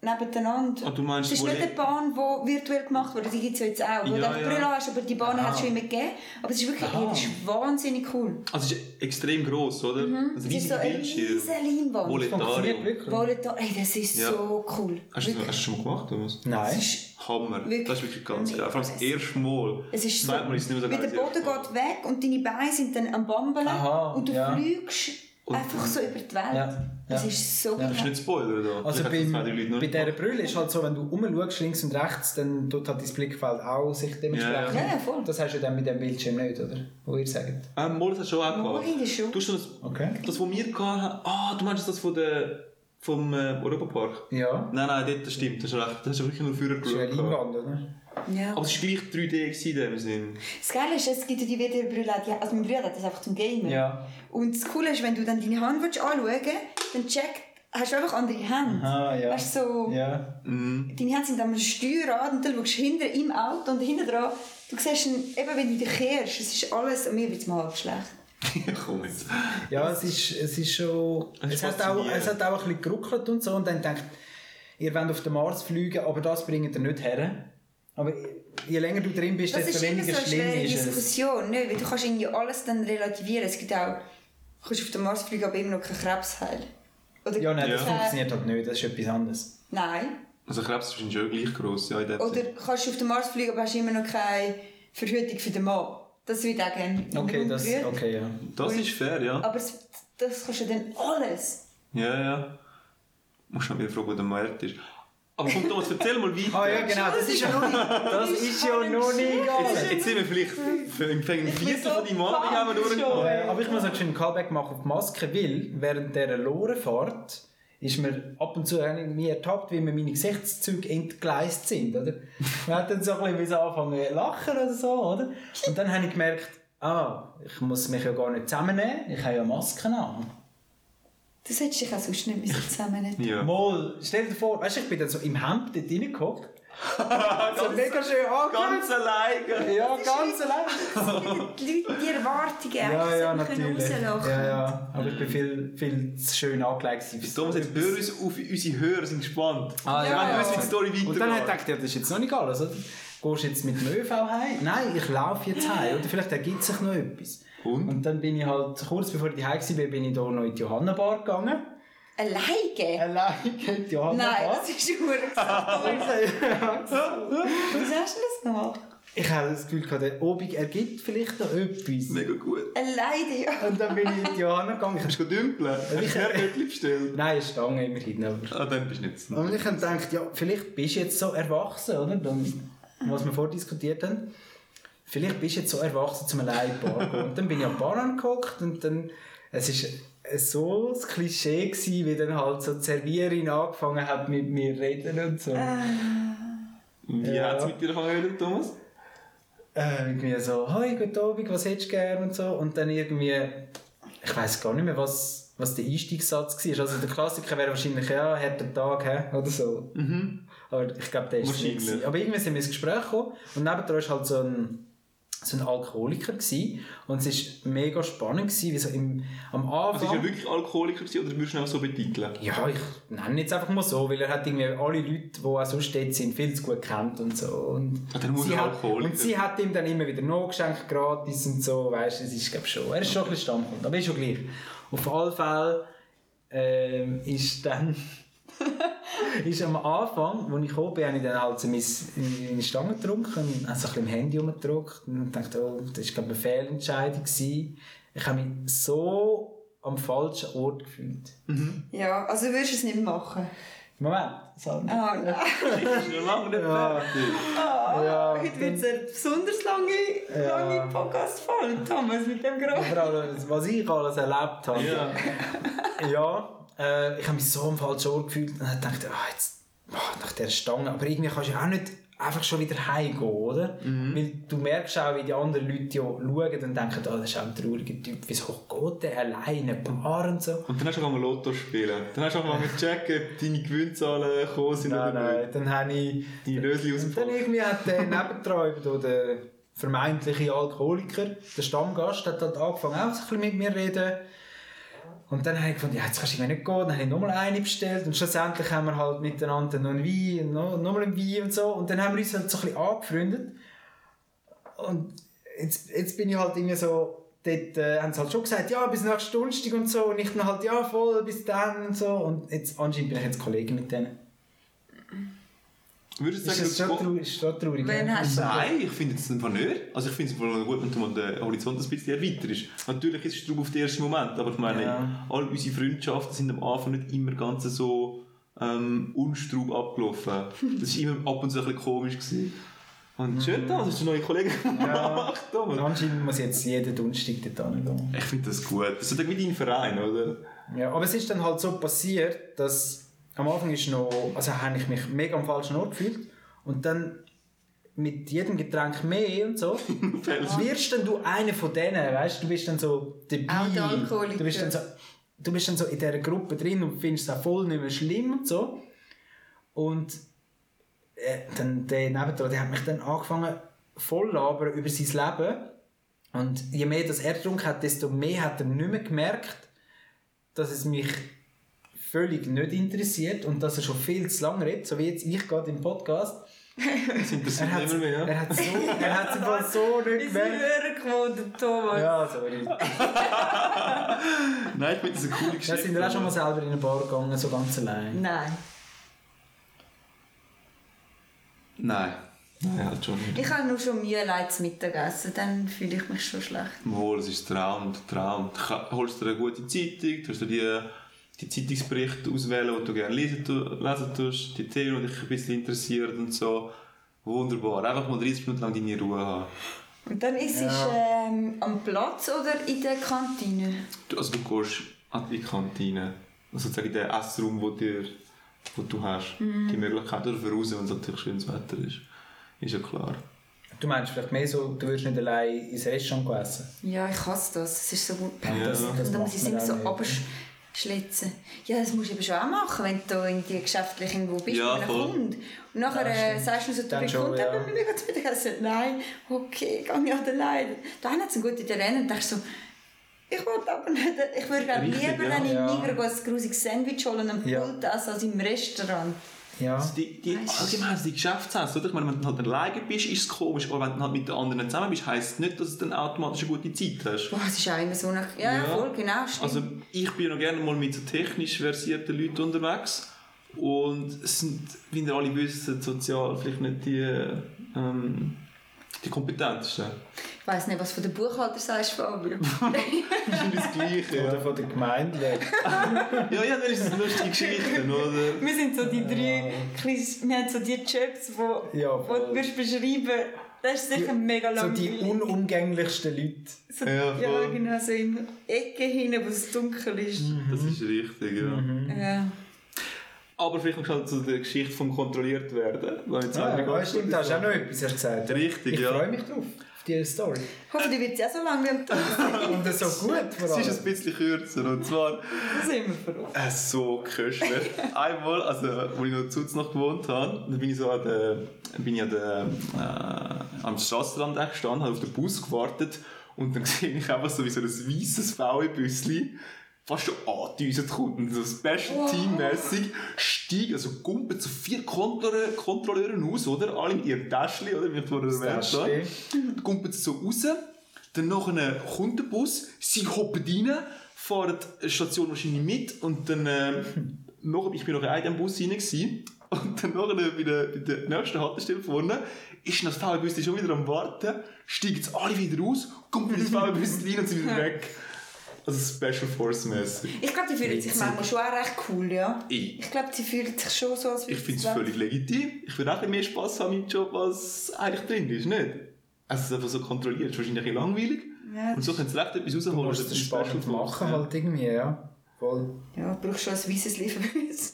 S4: nebeneinander.
S5: Ah, du meinst,
S4: das ist
S5: wo
S4: nicht
S5: li-
S4: eine Bahn, die virtuell gemacht wurde, die gibt es ja jetzt auch. Wo
S5: Ja,
S4: du
S5: ja.
S4: einfach Brille hast, aber die Bahn hat es schon immer gegeben. Aber es ist wirklich
S3: Aha.
S4: das ist wahnsinnig cool.
S5: Also es ist extrem gross, oder? Ein
S4: Mhm. Es ist so
S5: riesiger
S4: eine
S5: Bildschirm.
S4: riesige Leinwand.
S3: Funktioniert
S5: Proletarium.
S3: wirklich?
S4: Proletar- Ey, das ist
S5: Ja.
S4: so cool.
S5: Hast du das hast du
S4: Wirklich.
S5: das schon mal gemacht, oder was?
S3: Nein.
S5: Hammer.
S4: Wirklich.
S5: Das ist wirklich ganz geil. Vor allem das
S4: Mega.
S5: erste Mal.
S4: Es ist so,
S5: Zweites Mal ist es nicht mehr so
S4: wie
S5: geil
S4: der
S5: wie das
S4: Boden
S5: erste Mal.
S4: geht weg und deine Beine sind dann am Bambeln
S3: Aha,
S4: und du
S3: ja.
S4: fliegst
S5: Und-
S4: einfach so über die Welt.
S3: Ja,
S4: Das
S3: ja.
S4: ist so
S5: Das ist
S4: geil.
S5: nicht Spoiler, da.
S3: Also beim,
S5: Vielleicht haben das zwei, drei Leute noch
S3: bei
S5: nicht
S3: dieser
S5: gemacht.
S3: Brille ist halt so, wenn du rumschaust, links und rechts, dann tut halt dein Blickfeld auch sich dementsprechend.
S5: Ja,
S4: ja. Ja, voll.
S3: Das hast du dann mit dem Bildschirm nicht, oder? Wo ihr sagt.
S5: Ähm, Moritz hat schon auch gemacht.
S4: Moritz schon.
S5: Du hast schon das,
S3: Okay.
S5: das, was wir gehabt haben. Ah, du meinst das von der, vom äh, Europapark?
S3: Ja.
S5: Nein, nein, dort das stimmt. Du hast recht. Da hast du wirklich nur Führer
S3: Das ist eine
S5: geschaut.
S3: Leinwand, oder?
S4: Ja.
S5: Aber es war gleich 3D gewesen in dem Sinn.
S4: Das Geile ist, es gibt ja die Videobrille, die, also mein Bruder hat das einfach zum Gamen.
S3: Ja.
S4: Und das Coole ist, wenn du dann deine Hand willst anschauen willst, dann checkt, hast du einfach andere Hände.
S3: Ah, ja.
S4: Weißt du, so,
S3: Ja.
S4: deine Hände sind am Steuerrad und dann schaust du hinter im Auto und hinten dran, du siehst, ihn, eben wenn du dich kehrst, es ist alles, und mir wird es mal halb schlecht.
S5: Komm jetzt.
S3: Ja, es ist, es ist schon.
S5: Es ist
S3: Es hat, auch,
S5: faszinierend.
S3: es hat auch ein bisschen geruckelt und so. Und dann denkt, ihr wollt auf den Mars fliegen, aber das bringt ihr nicht her. Aber je länger du drin bist,
S4: Das
S3: desto
S4: ist immer so
S3: weniger
S4: eine schwere
S3: schlimm ist es.
S4: Diskussion, nicht? weil du kannst irgendwie alles dann relativieren. Es gibt auch, du kannst auf den Mars fliegen, aber immer noch keinen Krebs heilen. Oder
S3: Ja, nein, das
S5: Ja.
S3: funktioniert halt nicht. Das ist etwas anderes.
S4: Nein.
S5: Also Krebs ist wahrscheinlich auch gleich gross, ja, in dem
S4: Oder
S5: Sinn.
S4: kannst du auf den Mars fliegen, aber hast immer noch keine Verhütung für den Mann. Das wird auch gerne in
S3: Okay,
S4: den Raum
S3: das,
S4: gerührt.
S3: okay, ja.
S5: Das ist fair, ja.
S4: Aber es, das kannst du dann alles.
S5: Ja, ja. Muss schon wieder fragen, wo der Mert ist. Aber komm, Thomas, erzähl mal weiter.
S3: Ah ja, genau, das ist ja noch nicht, das ist ja noch nicht
S5: Jetzt,
S3: egal.
S5: jetzt sind wir vielleicht im Fängen
S4: Ich bin
S5: Viertel
S4: so
S5: von deinem Mann, wie haben wir
S4: gespannt
S5: durchgegangen?
S4: schon.
S3: Äh, aber ich muss noch schön einen Callback machen auf die Maske, weil während dieser Lorenfahrt ist mir ab und zu mir ertappt, wie mir meine Gesichtszüge entgleist sind, oder? Man hat dann so ein bisschen müssen anfangen zu lachen oder so, oder? Und dann habe ich gemerkt, ah, ich muss mich ja gar nicht zusammennehmen, ich habe ja Masken an.
S4: Das hättest du dich auch sonst nicht müssen zusammennehmen
S5: Ja.
S3: Mal, stell dir vor, weißt du, ich bin dann so im Hemd dort reingehockt. so mega schön
S5: Ganz
S3: angelegt.
S5: alleine.
S3: Ja, ganz allein.
S4: Die Leute, die Erwartungen,
S3: Ja, ja,
S4: einfach so können
S3: natürlich.
S4: rauslachen.
S3: Ja, ja. Aber ich bin viel, viel zu schön angelegt. gewesen.
S5: Thomas, jetzt hör uns auf, unsere Hörer sind gespannt.
S3: Ah,
S5: ich
S3: ja.
S5: meine, wir wissen, wie die Story weitergeht.
S3: Und dann hat er gedacht, ja, das ist jetzt noch nicht alles. Oder? Gehst du jetzt mit dem ÖV heim? Nein, ich laufe jetzt heim. Oder vielleicht ergibt sich noch etwas.
S5: Und?
S3: Und dann bin ich halt, kurz bevor ich heim war, bin ich hier noch in die Johannenbar gegangen.
S4: Alleine?
S3: Allein in die
S4: Nein,
S3: Johannenbar.
S4: das ist nur gesagt. Wieso hast du das gemacht?
S3: ich hatte das Gefühl, gehabt, der Obig ergibt vielleicht noch etwas.
S5: Mega gut.
S4: Alleine, ja.
S3: Und dann bin ich in die Johanna gegangen. Ich
S5: Hast du dümpeln? Hast du mehr Göttli bestellt?
S3: Nein, eine Stange immerhin. Aber.
S5: Ah, dann bist du nicht so.
S3: Und ich habe gedacht, ja, vielleicht bist du jetzt so erwachsen, oder? Dann, was wir vordiskutiert haben. Vielleicht bist du jetzt so erwachsen, zum allein in die Bar zu gehen. Und dann bin ich an die Bar angeguckt und dann, es war so das Klischee, gewesen, wie dann halt so die Servierin angefangen hat mit mir zu reden und so.
S5: Wie
S3: Ja.
S5: hat es mit dir angefangen, Thomas?
S3: äh, irgendwie so, hoi, guten Abend, was hättest du gern und so. Und dann irgendwie, ich weiß gar nicht mehr, was, was der Einstiegssatz war. Also der Klassiker wäre wahrscheinlich, ja, harter Tag, hä? oder so. Aber ich glaube, der ist
S5: Mhm. Wahrscheinlich.
S3: nicht. gewesen. Aber irgendwie sind wir ins Gespräch gekommen und nebenan war halt so ein, so ein Alkoholiker gewesen. und es war mega spannend, gewesen, wie so im, am
S5: Also ist
S3: Anfang...
S5: er wirklich Alkoholiker gewesen, oder würdest du ihn auch so betiteln?
S3: Ja, ich nenne ihn jetzt einfach mal so, weil er hat irgendwie alle Leute, die auch sonst dort sind, viel zu gut kennt und so. Und,
S5: Ah, dann muss
S3: sie
S5: er
S3: hat,
S5: Alkoholiker.
S3: und sie hat ihm dann immer wieder noch geschenkt, gratis und so, weißt du, es ist glaube schon, er ist schon ein bisschen Stammkund, aber ist schon gleich. Auf alle Fälle ähm, ist dann... ist am Anfang, als ich gekommen bin, habe ich dann halt so mein- meine Stange getrunken, also ein bisschen im Handy rumgedruckt und dachte, oh, das war glaube ich, eine Fehlentscheidung. gewesen. Ich habe mich so am falschen Ort gefühlt.
S4: Ja, also würdest du es nicht machen.
S3: Moment, Sandra.
S4: Ah, nein.
S5: Das ist noch lange nicht
S3: Ja.
S5: fertig.
S3: Ja,
S4: Ah, Heute wird es eine besonders lange, lange
S3: Ja.
S4: Podcast-Folge, Thomas, mit dem Geräusch.
S3: Vor allem, was ich alles erlebt habe.
S5: Ja.
S3: Ja, äh, ich habe mich so am falschen Ort gefühlt und habe gedacht, ah, jetzt ah, nach dieser Stange. Aber irgendwie kannst du ja auch nicht einfach schon wieder heimgehen, oder? Weil du merkst auch, wie die anderen Leute ja schauen und denken, ah, das ist auch ein trauriger Typ, wieso geht der alleine Bar und so?
S5: Und dann hast du auch mal Lotto spielen. Dann hast du auch mal checken, ob deine Gewinnzahlen gekommen sind
S3: Nein,
S5: oder
S3: nein,
S5: nicht.
S3: dann habe ich...
S5: Deine Lösli
S3: Und dann
S5: ausgepackt.
S3: irgendwie hat der Nebenträuber oder der vermeintliche Alkoholiker, der Stammgast, hat halt angefangen auch so ein bisschen mit mir zu reden. Und dann habe ich gefunden, ja, jetzt kannst du irgendwie nicht gehen. Dann habe ich nochmal eine bestellt und schlussendlich haben wir halt miteinander noch einen Wein, noch, noch mal einen Wein und so. Und dann haben wir uns halt so ein bisschen angefreundet. Und jetzt, jetzt bin ich halt irgendwie so, dort äh, haben sie halt schon gesagt, ja, bis nächsten Donnerstag und so. Und ich dann halt, ja, voll, bis dann und so. Und jetzt, anscheinend bin ich jetzt Kollege mit denen.
S5: Würdest du
S3: Ist das
S5: sagen,
S3: schon
S5: du
S3: traurig? Ist schon traurig
S4: Wenn
S3: ja.
S4: hast du-
S5: Nein, ich finde es einfach nicht. Also ich finde es voll gut, wenn du mal den Horizont ein bisschen erweiterst. Natürlich ist es drauf auf den ersten Moment, aber ich meine,
S3: Ja.
S5: all unsere Freundschaften sind am Anfang nicht immer ganz so ähm, unstraub abgelaufen. Das war immer ab und zu ein bisschen komisch. Gewesen.
S3: Mhm.
S5: Und schön, da hast du neue Kollegen gemacht.
S3: Und
S5: Aber
S3: anscheinend muss ich jetzt jeden Donnerstag dort hingehen.
S5: Ich finde das gut. Das ist irgendwie dein Verein, oder?
S3: Ja, aber es ist dann halt so passiert, dass am Anfang ist noch, also habe ich mich mega am falschen Ort gefühlt und dann mit jedem Getränk mehr und so, wirst dann du einer von denen, weißt du, du bist dann so dabei,
S4: Auch die Alkoholiker.
S3: du bist dann so, du bist dann so in dieser Gruppe drin und findest es auch voll nicht mehr schlimm und so und äh, dann der Nebendran, der hat mich dann angefangen voll labern über sein Leben und je mehr das er getrunken hat, desto mehr hat er nicht mehr gemerkt, dass es mich völlig nicht interessiert und dass er schon viel zu lange redet, so wie jetzt ich gerade im Podcast.
S5: Das interessiert
S3: Er hat
S5: mich immer mehr.
S3: er hat so, er hat's einfach so nicht
S4: Bis wir
S3: gemerkt.
S4: hören gewohnt, Thomas.
S3: Ja, sorry.
S5: Nein, ich finde das eine coole Geschichte.
S3: Da sind wir auch schon mal selber in eine Bar gegangen, so ganz allein.
S4: Nein.
S5: Nein. Nein, halt schon nicht.
S4: Ich habe nur schon Mühe, Leute zu Mittagessen. Dann fühle ich mich schon schlecht.
S5: Wohl, es ist Traum, der Traum. Du ka- holst dir eine gute Zeitung, du hast dir die, die Zeitungsberichte auswählen, die du gerne lesen, tu- lesen tust, die Themen, die dich ein bisschen interessiert und so. Wunderbar. Einfach mal 30 Minuten lang deine Ruhe haben.
S4: Und dann ist es ähm, am Platz oder in der Kantine?
S5: Du, also du gehst an die Kantine, also sozusagen den Essraum, wo, dir, wo du hast, die Möglichkeit, oder voraus, wenn es natürlich schönes Wetter ist. Ist ja klar.
S3: Du meinst vielleicht mehr so, du würdest nicht allein ins Restaurant gehen essen?
S4: Ja, ich hasse das. Es ist so gut.
S5: Ja.
S4: Das,
S5: Das
S4: und dann muss
S3: macht
S4: ich es
S3: man
S4: immer
S3: auch
S4: so
S3: nicht.
S4: abschlitzen. Ja, das musst du eben schon auch machen, wenn du in die geschäftlich irgendwo bist
S5: Ja,
S4: mit einem
S5: voll.
S4: Kunden. Und nachher
S3: Ja,
S4: äh,
S3: stimmt.
S4: sagst du so, du
S3: Dann
S4: bist
S3: schon,
S4: Kunde,
S3: ja.
S4: aber wir gehen zu Mittagessen. Nein, okay, geh mir halt allein. Da hat es einen guten Terrain und denkst so, ich wollte aber nicht, ich würde gerne
S5: Richtig,
S4: lieber
S5: ja.
S4: dann im
S3: Ja.
S4: Niger ein grusiges Sandwich holen und am
S3: Ja.
S4: Pult essen als im Restaurant.
S3: Ja.
S5: Also die, die,
S4: Weisst du.
S5: allgemein, also die Geschäftsessen, oder? Ich meine, wenn du halt alleine bist, ist es komisch, aber wenn du halt mit den anderen zusammen bist, heisst es nicht, dass du dann automatisch eine gute Zeit hast.
S4: Boah, es ist auch immer so nach... Ja, ja. voll, genau, stimmt.
S5: Also ich bin noch gerne mal mit so technisch versierten Leuten unterwegs und es sind, wie ihr alle wisst, sozial vielleicht nicht die, ähm, die kompetentesten.
S4: ich weiss nicht, was du von der Buchhalter sagst, Fabio.
S5: Das ist das Gleiche.
S3: Oder von der Gemeinde.
S5: Ja, ja, dann ist es lustige Geschichten, oder?
S4: Wir sind so die drei Klis, wir haben so die Jobs, wo,
S3: Ja,
S4: wo
S3: voll.
S4: du wirst beschreiben das ist sicher mega
S3: so die
S4: langweilig.
S3: unumgänglichsten Leute.
S4: So-
S5: Ja,
S4: ja,
S5: voll. Mhm.
S4: genau, so in Ecken hin, wo es dunkel ist.
S5: Das ist richtig, ja.
S4: Ja.
S5: Aber vielleicht noch schnell zu der Geschichte vom kontrolliert werden. weil jetzt
S3: Ja,
S5: haben wir
S3: ja,
S5: ganz
S3: stimmt,
S5: gute
S3: da hast du auch
S5: Sachen.
S3: noch etwas hast du gesagt.
S5: Richtig,
S3: ich
S5: ja.
S3: freue mich drauf, auf diese Story.
S4: Hoffentlich wird es ja so lange wie am Tag.
S3: Und das so gut vor
S5: Es ist ein
S3: allem.
S5: bisschen kürzer und zwar
S4: Da sind wir froh.
S5: äh, so köstlich. Einmal, also wo ich noch zu noch gewohnt habe, dann bin ich so an der, bin ich an der, äh, am Straßenrand echt gestanden, habe auf den Bus gewartet und dann sehe ich einfach so wie so ein weißes VW-Büsschen fast schon angedüsert kommt und so Special Team-mässig steigt, also gumpen so vier Kontrolleure, Kontrolleure aus, oder? Alle mit ihrem Täschchen, oder? Wie ich vorher erwähnt habe.
S3: Täschchen.
S5: Dann kommt jetzt so raus, dann nachher kommt der Bus, sie hoppen rein, fahren die Station wahrscheinlich mit und dann, äh, noch, ich bin noch in einem Bus rein gewesen, und dann nachher bei der, bei der nächsten Haltestelle vorne ist noch das VW-Büsschen schon wieder am Warten, steigen jetzt alle wieder raus, kommt wieder das VW-Büsschen rein und sind wieder weg. Also Special Force-mäßig.
S4: Ich glaube, die fühlen sich manchmal schon auch recht cool, ja.
S5: Ich-
S4: Ich glaube, sie fühlen sich schon so, als
S5: Ich finde es völlig legitim. Ich würde auch ein bisschen mehr Spass haben im Job, als eigentlich drin ist, nicht? Also, es ist einfach so kontrolliert, ist wahrscheinlich ein bisschen langweilig.
S4: Ja,
S5: und so können sie recht etwas rausholen.
S3: Du musst es spannend machen halt irgendwie, ja. Voll.
S4: Ja, du brauchst schon ein weißes Lieferbiss.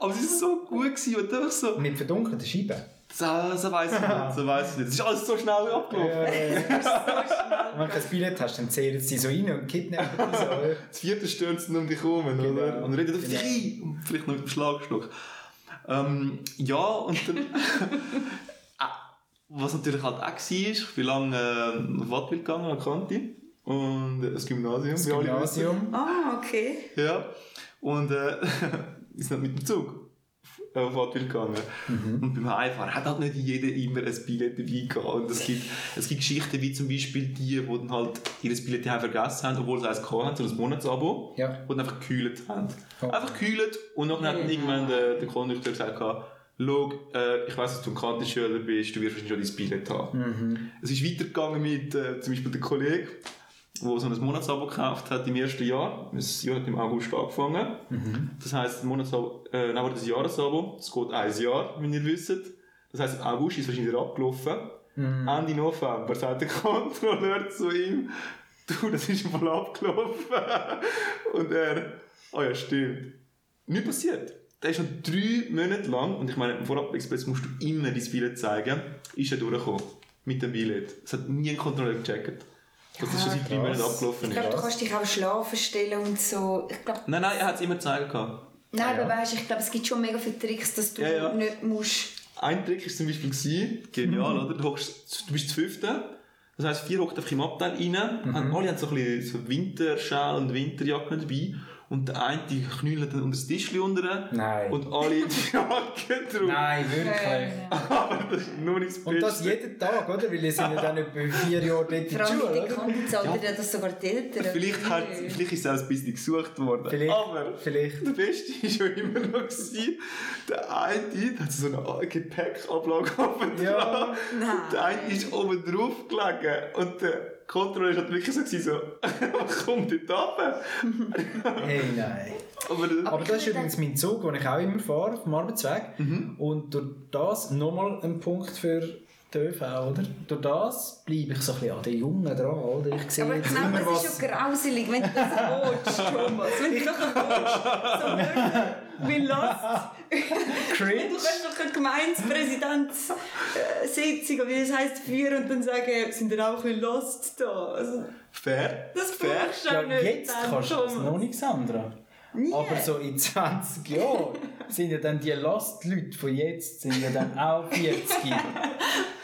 S5: Aber es ist so gut gewesen und einfach so.
S3: Mit verdunkelten Scheiben.
S5: So, so weiss ich nicht, so weiss ich nicht. Es ist alles so schnell abgelaufen.
S3: Wenn du kein Billett hast, dann zählen sie so rein und kidnappen dich so. oder?
S5: Das vierte stürzen um dich herum, oder?
S3: Genau.
S5: Und redet auf dich
S3: Genau.
S5: ein. Und vielleicht noch mit dem Schlagstock. Ähm, ja, und dann. Ah, Was natürlich halt auch war, ich bin lange äh, auf Wattwil gegangen, an die Kante. und äh, das Gymnasium.
S3: Das
S5: wie alle
S3: Gymnasium.
S4: Ah, okay.
S5: wissen. Ja. Und äh, ist dann mit dem Zug auf Advil gegangen.
S3: Mhm.
S5: Und beim Heimfahren hat halt nicht jeder immer ein Billett dabei gehabt. Und es gibt, es gibt Geschichten wie zum Beispiel die, die dann halt ihr Billett daheim vergessen haben, obwohl sie eins gehabt haben, so ein Monatsabo,
S3: Ja.
S5: und einfach gekühlt haben.
S3: Oh.
S5: Einfach gekühlt und nachher hat irgendwann der, der Kondukteur gesagt, gehabt, Schau, äh, ich weiss, dass du ein Kantenschüler bist, du wirst wahrscheinlich schon dein Billett haben. Es ist weitergegangen mit äh, zum Beispiel der Kollege, der so ein Monatsabo gekauft hat im ersten Jahr. Das Jahr hat im August angefangen. Das heisst, ein Monatsabo, äh, nein, das Jahresabo, es geht ein Jahr, wenn ihr wisst. Das heisst, im August ist wahrscheinlich abgelaufen. Ende November sagt der Kontrolleur zu ihm, du, das ist mal abgelaufen. Und er, oh ja, stimmt. Nichts passiert. Der ist noch drei Monate lang, und ich meine, im Vorab-Express musst du immer dein Billett zeigen, ist er durchgekommen. Mit dem Billett. Es hat nie ein Kontrolleur gecheckt. Dass das schon seit drei
S3: krass.
S5: Monaten abgelaufen
S4: Ich
S5: ist.
S4: glaube, du kannst dich auch schlafen stellen und so. Ich glaube,
S5: Nein, nein, er hat es immer gezeigt. gehabt.
S4: nein, aber weißt, ich glaube, es gibt schon mega viele Tricks, dass du
S5: Ja, ja.
S4: nicht musst.
S5: Ein Trick war zum Beispiel, gewesen, genial,
S3: Mhm.
S5: oder? Du, hockst, du bist zu fünfte. Das heisst, vier hockt einfach im Abteil rein.
S3: Mhm.
S5: haben- Alle haben so ein bisschen so Winterschal und Winterjacken dabei. Und der eine die knüllt dann unter das Tischli unter.
S3: Nein.
S5: Und alle in die Jacke drauf.
S3: Nein, wirklich.
S4: Äh,
S5: Aber das ist nur nichts
S3: Und das jeden Tag, oder? Weil ihr sind ja dann etwa vier Jahre dort in
S4: Vor
S3: der
S4: allem mit
S3: Schule,
S4: den
S3: oder?
S4: Kondizaltern, ja. das sogar die Eltern.
S5: Vielleicht,
S3: halt
S5: hat, vielleicht ist es auch ein bisschen gesucht worden.
S3: Vielleicht.
S5: Aber
S3: Vielleicht.
S5: der Beste war schon immer noch, gewesen, der eine der hat so eine Gepäckablage oben
S3: Ja.
S5: dran.
S4: Nein.
S5: Und der eine ist oben drauf gelegen. Und der Kontrolleur war wirklich so, gewesen, so «Was kommt dort runter?»
S3: Hey, nein.
S5: Aber der-
S3: Aber das ist übrigens mein Zug, den ich auch immer fahre, auf dem Arbeitsweg. Und durch das nochmal ein Punkt für die ÖV, oder? Durch das bleibe ich so ein bisschen an den Jungen dran, oder? Ich sehe
S4: Aber
S3: jetzt
S4: genau,
S3: immer
S4: das ist
S3: was...
S4: schon grauselig, wenn du das willst, Thomas. Wenn du doch willst, so wirklich, wie lost.
S3: Cringe.
S4: Du kannst doch eine Gemeindepräsidentssitzung, oder wie das heisst, führen und dann sagen, sind ihr auch ein bisschen lost da? Also,
S5: fair.
S4: das
S5: fair.
S4: brauchst du
S3: Ja,
S4: auch nicht.
S3: jetzt
S4: dann,
S3: kannst du das
S4: Thomas.
S3: noch nicht, Sandra. Aber so in 20 Jahren sind ja dann die Lastleute von jetzt sind ja dann auch 40.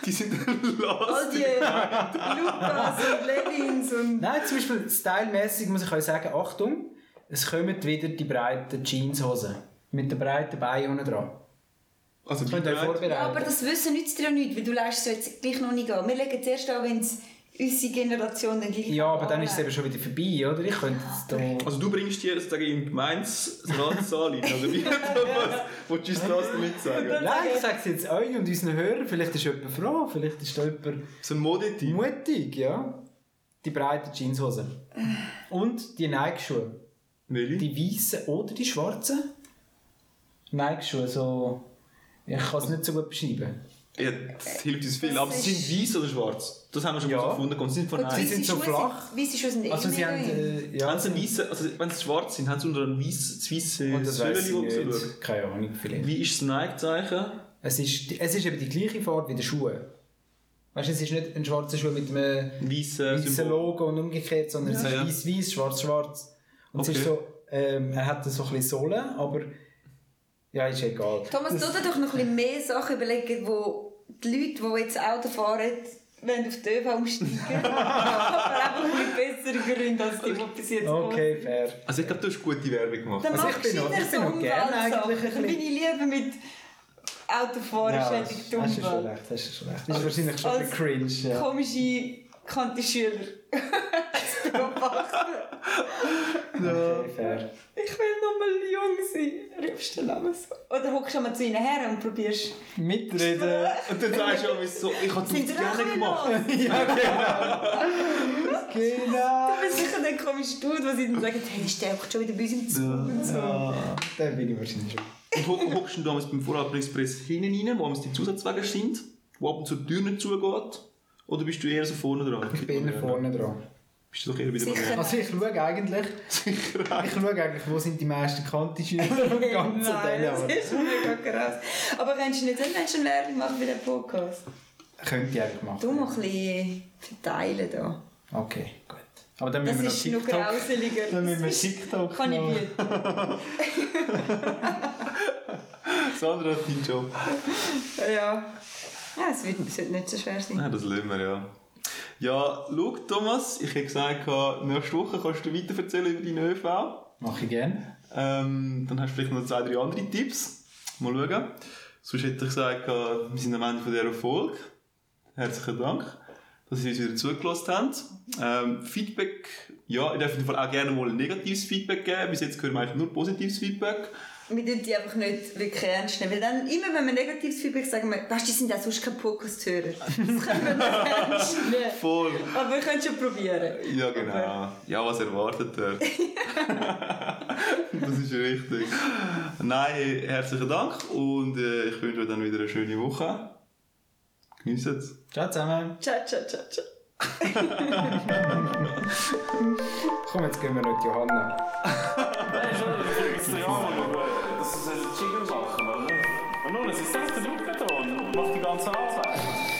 S5: Die sind
S4: All
S5: los.
S4: Oh, die Lukas und Levins und...
S3: Nein, zum Beispiel stylmäßig muss ich euch sagen, Achtung, es kommen wieder die breiten Jeanshosen. Mit den breiten Beinen unten dran.
S5: Also
S3: Das könnt ihr euch vorbereiten.
S4: Ja, aber das Wissen nützt dir ja nicht, weil du lässt es ja jetzt gleich noch nicht an. Wir legen zuerst an, wenn es unsere Generation dann gleich
S3: Ja, aber dann ist es
S4: anlegt.
S3: eben schon wieder vorbei, oder? Ich könnte jetzt da...
S5: Also du bringst dir sozusagen im Gemeinsratssaal ein, oder Also, wie? Was willst du uns das damit sagen?
S3: Nein, ich sage es jetzt euch und unseren Hörern. Vielleicht ist jemand froh, vielleicht ist da jemand
S5: So ein Modetyp.
S3: mutig, ja? Die breiten Jeanshosen. Und die Nike-Schuhe.
S5: Welche?
S3: Die weißen oder die schwarzen? Nike-Schuhe, so... Ich kann es nicht so gut beschreiben.
S5: Ja, das hilft uns viel.
S4: Äh, Das
S5: Aber sie
S4: ist-
S5: sind weiß oder schwarz? Das haben wir schon
S3: Ja.
S5: mal gefunden. Sie sind von
S4: Gut,
S5: einem.
S3: sind so
S4: Schuhe
S3: flach.
S4: Sind, weisse Schuhe sind eh
S3: Also sie
S4: mega
S3: haben...
S4: in.
S3: Äh, ja,
S5: Wenn sie, weisse, also, wenn sie schwarz sind, haben sie unter einem weißen
S3: Und Oh, das weiß ich
S5: Söllchen drüber.
S3: nicht. Keine Ahnung, vielleicht.
S5: Wie ist das Nike-Zeichen?
S3: Es ist, die- es ist eben die gleiche Farbe wie der Schuhe. Weißt du, es ist nicht ein schwarzer Schuh mit einem
S5: Weiße
S3: weißen
S5: Symbol.
S3: Logo und umgekehrt, sondern
S5: Ja. Ja.
S3: es ist weiß-weiß, schwarz-schwarz. Und es
S5: Okay.
S3: ist so, ähm, er hat so ein bisschen Sohlen, aber ja, ist egal.
S4: Thomas,
S3: Das-
S4: du dir doch noch ein bisschen mehr Sachen überlegen, wo die Leute, die jetzt Auto fahren, wenn auf die ÖV umsteigen, aber einfach ein bisschen bessere Gründe als die, die bis jetzt
S3: Okay, fair.
S5: Also ich glaube, du hast gute Werbung gemacht.
S4: Dann
S3: Also
S4: mach
S3: ich bin noch-
S4: schneller
S3: ich bin noch
S4: so
S3: gerne
S4: Umweltsachen.
S3: eigentlich ein
S4: Dann bin ich lieber mit Autofahren
S3: Ja, hast
S4: schädigt die
S3: hast du schon
S4: Umwelt.
S3: recht, hast du schon recht. Das ist wahrscheinlich schon ein
S4: als-
S3: bisschen cringe. Ja.
S4: Komische Kante-Schüler. Zu beobachten.
S3: Okay, fair.
S4: ich will nochmal jung sein. Rübst du Namen so? Oder hockst du mal zu ihnen her und probierst.
S3: Mitreden.
S5: äh, Und dann sagst du, wieso? Ich habe
S4: Sind sie
S5: es gerne
S4: auch
S5: gemacht.
S4: gemacht?
S3: genau.
S4: Das ist sicher der komische Dude, der sie dann sagen, hey, ist der hockt schon wieder bei uns im Zug und so.
S3: Ah, dann bin ich wahrscheinlich schon.
S5: Äh, Und ho- hockst du damals beim Vorabexpress hinten rein, wo abends die Zusatzwege sind, wo ab und zu die Tür nicht zugeht? Oder bist du eher so vorne dran?
S3: Ich bin eher vorne dran.
S5: Bist du doch eher wieder bei
S4: Sicher.
S5: mir?
S3: Also ich schaue eigentlich, ich schaue eigentlich, wo sind die meisten Kanti-Schüler und ganz so
S4: Nein,
S3: denen,
S4: das
S3: aber
S4: ist mega krass. Aber kannst du nicht den Menschen Werbung machen für den Podcast?
S3: könnte ich eigentlich machen.
S4: Du mal ein bisschen verteilen da.
S3: Okay, gut. Aber dann
S4: Das
S3: müssen
S4: ist
S3: wir
S4: noch
S3: noch TikTok.
S4: grauseliger.
S3: Dann müssen wir
S4: Das ist-
S3: TikTok
S4: Kann ich
S3: noch-
S4: bieten.
S5: Sandra hat deinen Job.
S4: Ja. Ja, es wird, es wird nicht so schwer sein.
S5: Nein, das lassen wir, ja. Ja, schau, Thomas, ich habe gesagt, gehabt, nächste Woche kannst du weiter erzählen über deinen ÖV.
S3: Mache ich gerne.
S5: Ähm, dann hast du vielleicht noch zwei, drei andere Tipps. Mal schauen. Sonst hätte ich gesagt, äh, wir sind am Ende von dieser Folge. Herzlichen Dank, dass ihr uns wieder zugelassen habt. Ähm, Feedback, ja, ihr dürft auf jeden Fall auch gerne mal ein negatives Feedback geben. Bis jetzt hören wir eigentlich nur positives Feedback.
S4: Wir tun die einfach nicht wirklich ernst nehmen. Weil dann, immer wenn wir negatives Feedback sagen, wir, weißt du, die sind ja sonst kein Podcast-Hörer. Das können wir nicht ernst nehmen.
S5: Voll.
S4: Aber wir können schon probieren.
S5: Ja, genau. Ja, was erwartet er? das ist richtig. Nein, hey, herzlichen Dank und äh, ich wünsche euch dann wieder eine schöne Woche. Genießt es.
S3: Ciao zusammen.
S4: Ciao, ciao, ciao, ciao.
S3: Komm, jetzt gehen wir noch die Johanna.
S1: Nein, schon, das ist ja mal gut. Das ist eine Jingle-Sache, oder? Und nun, es ist echt der Luftbeton und macht die ganze Arbeit.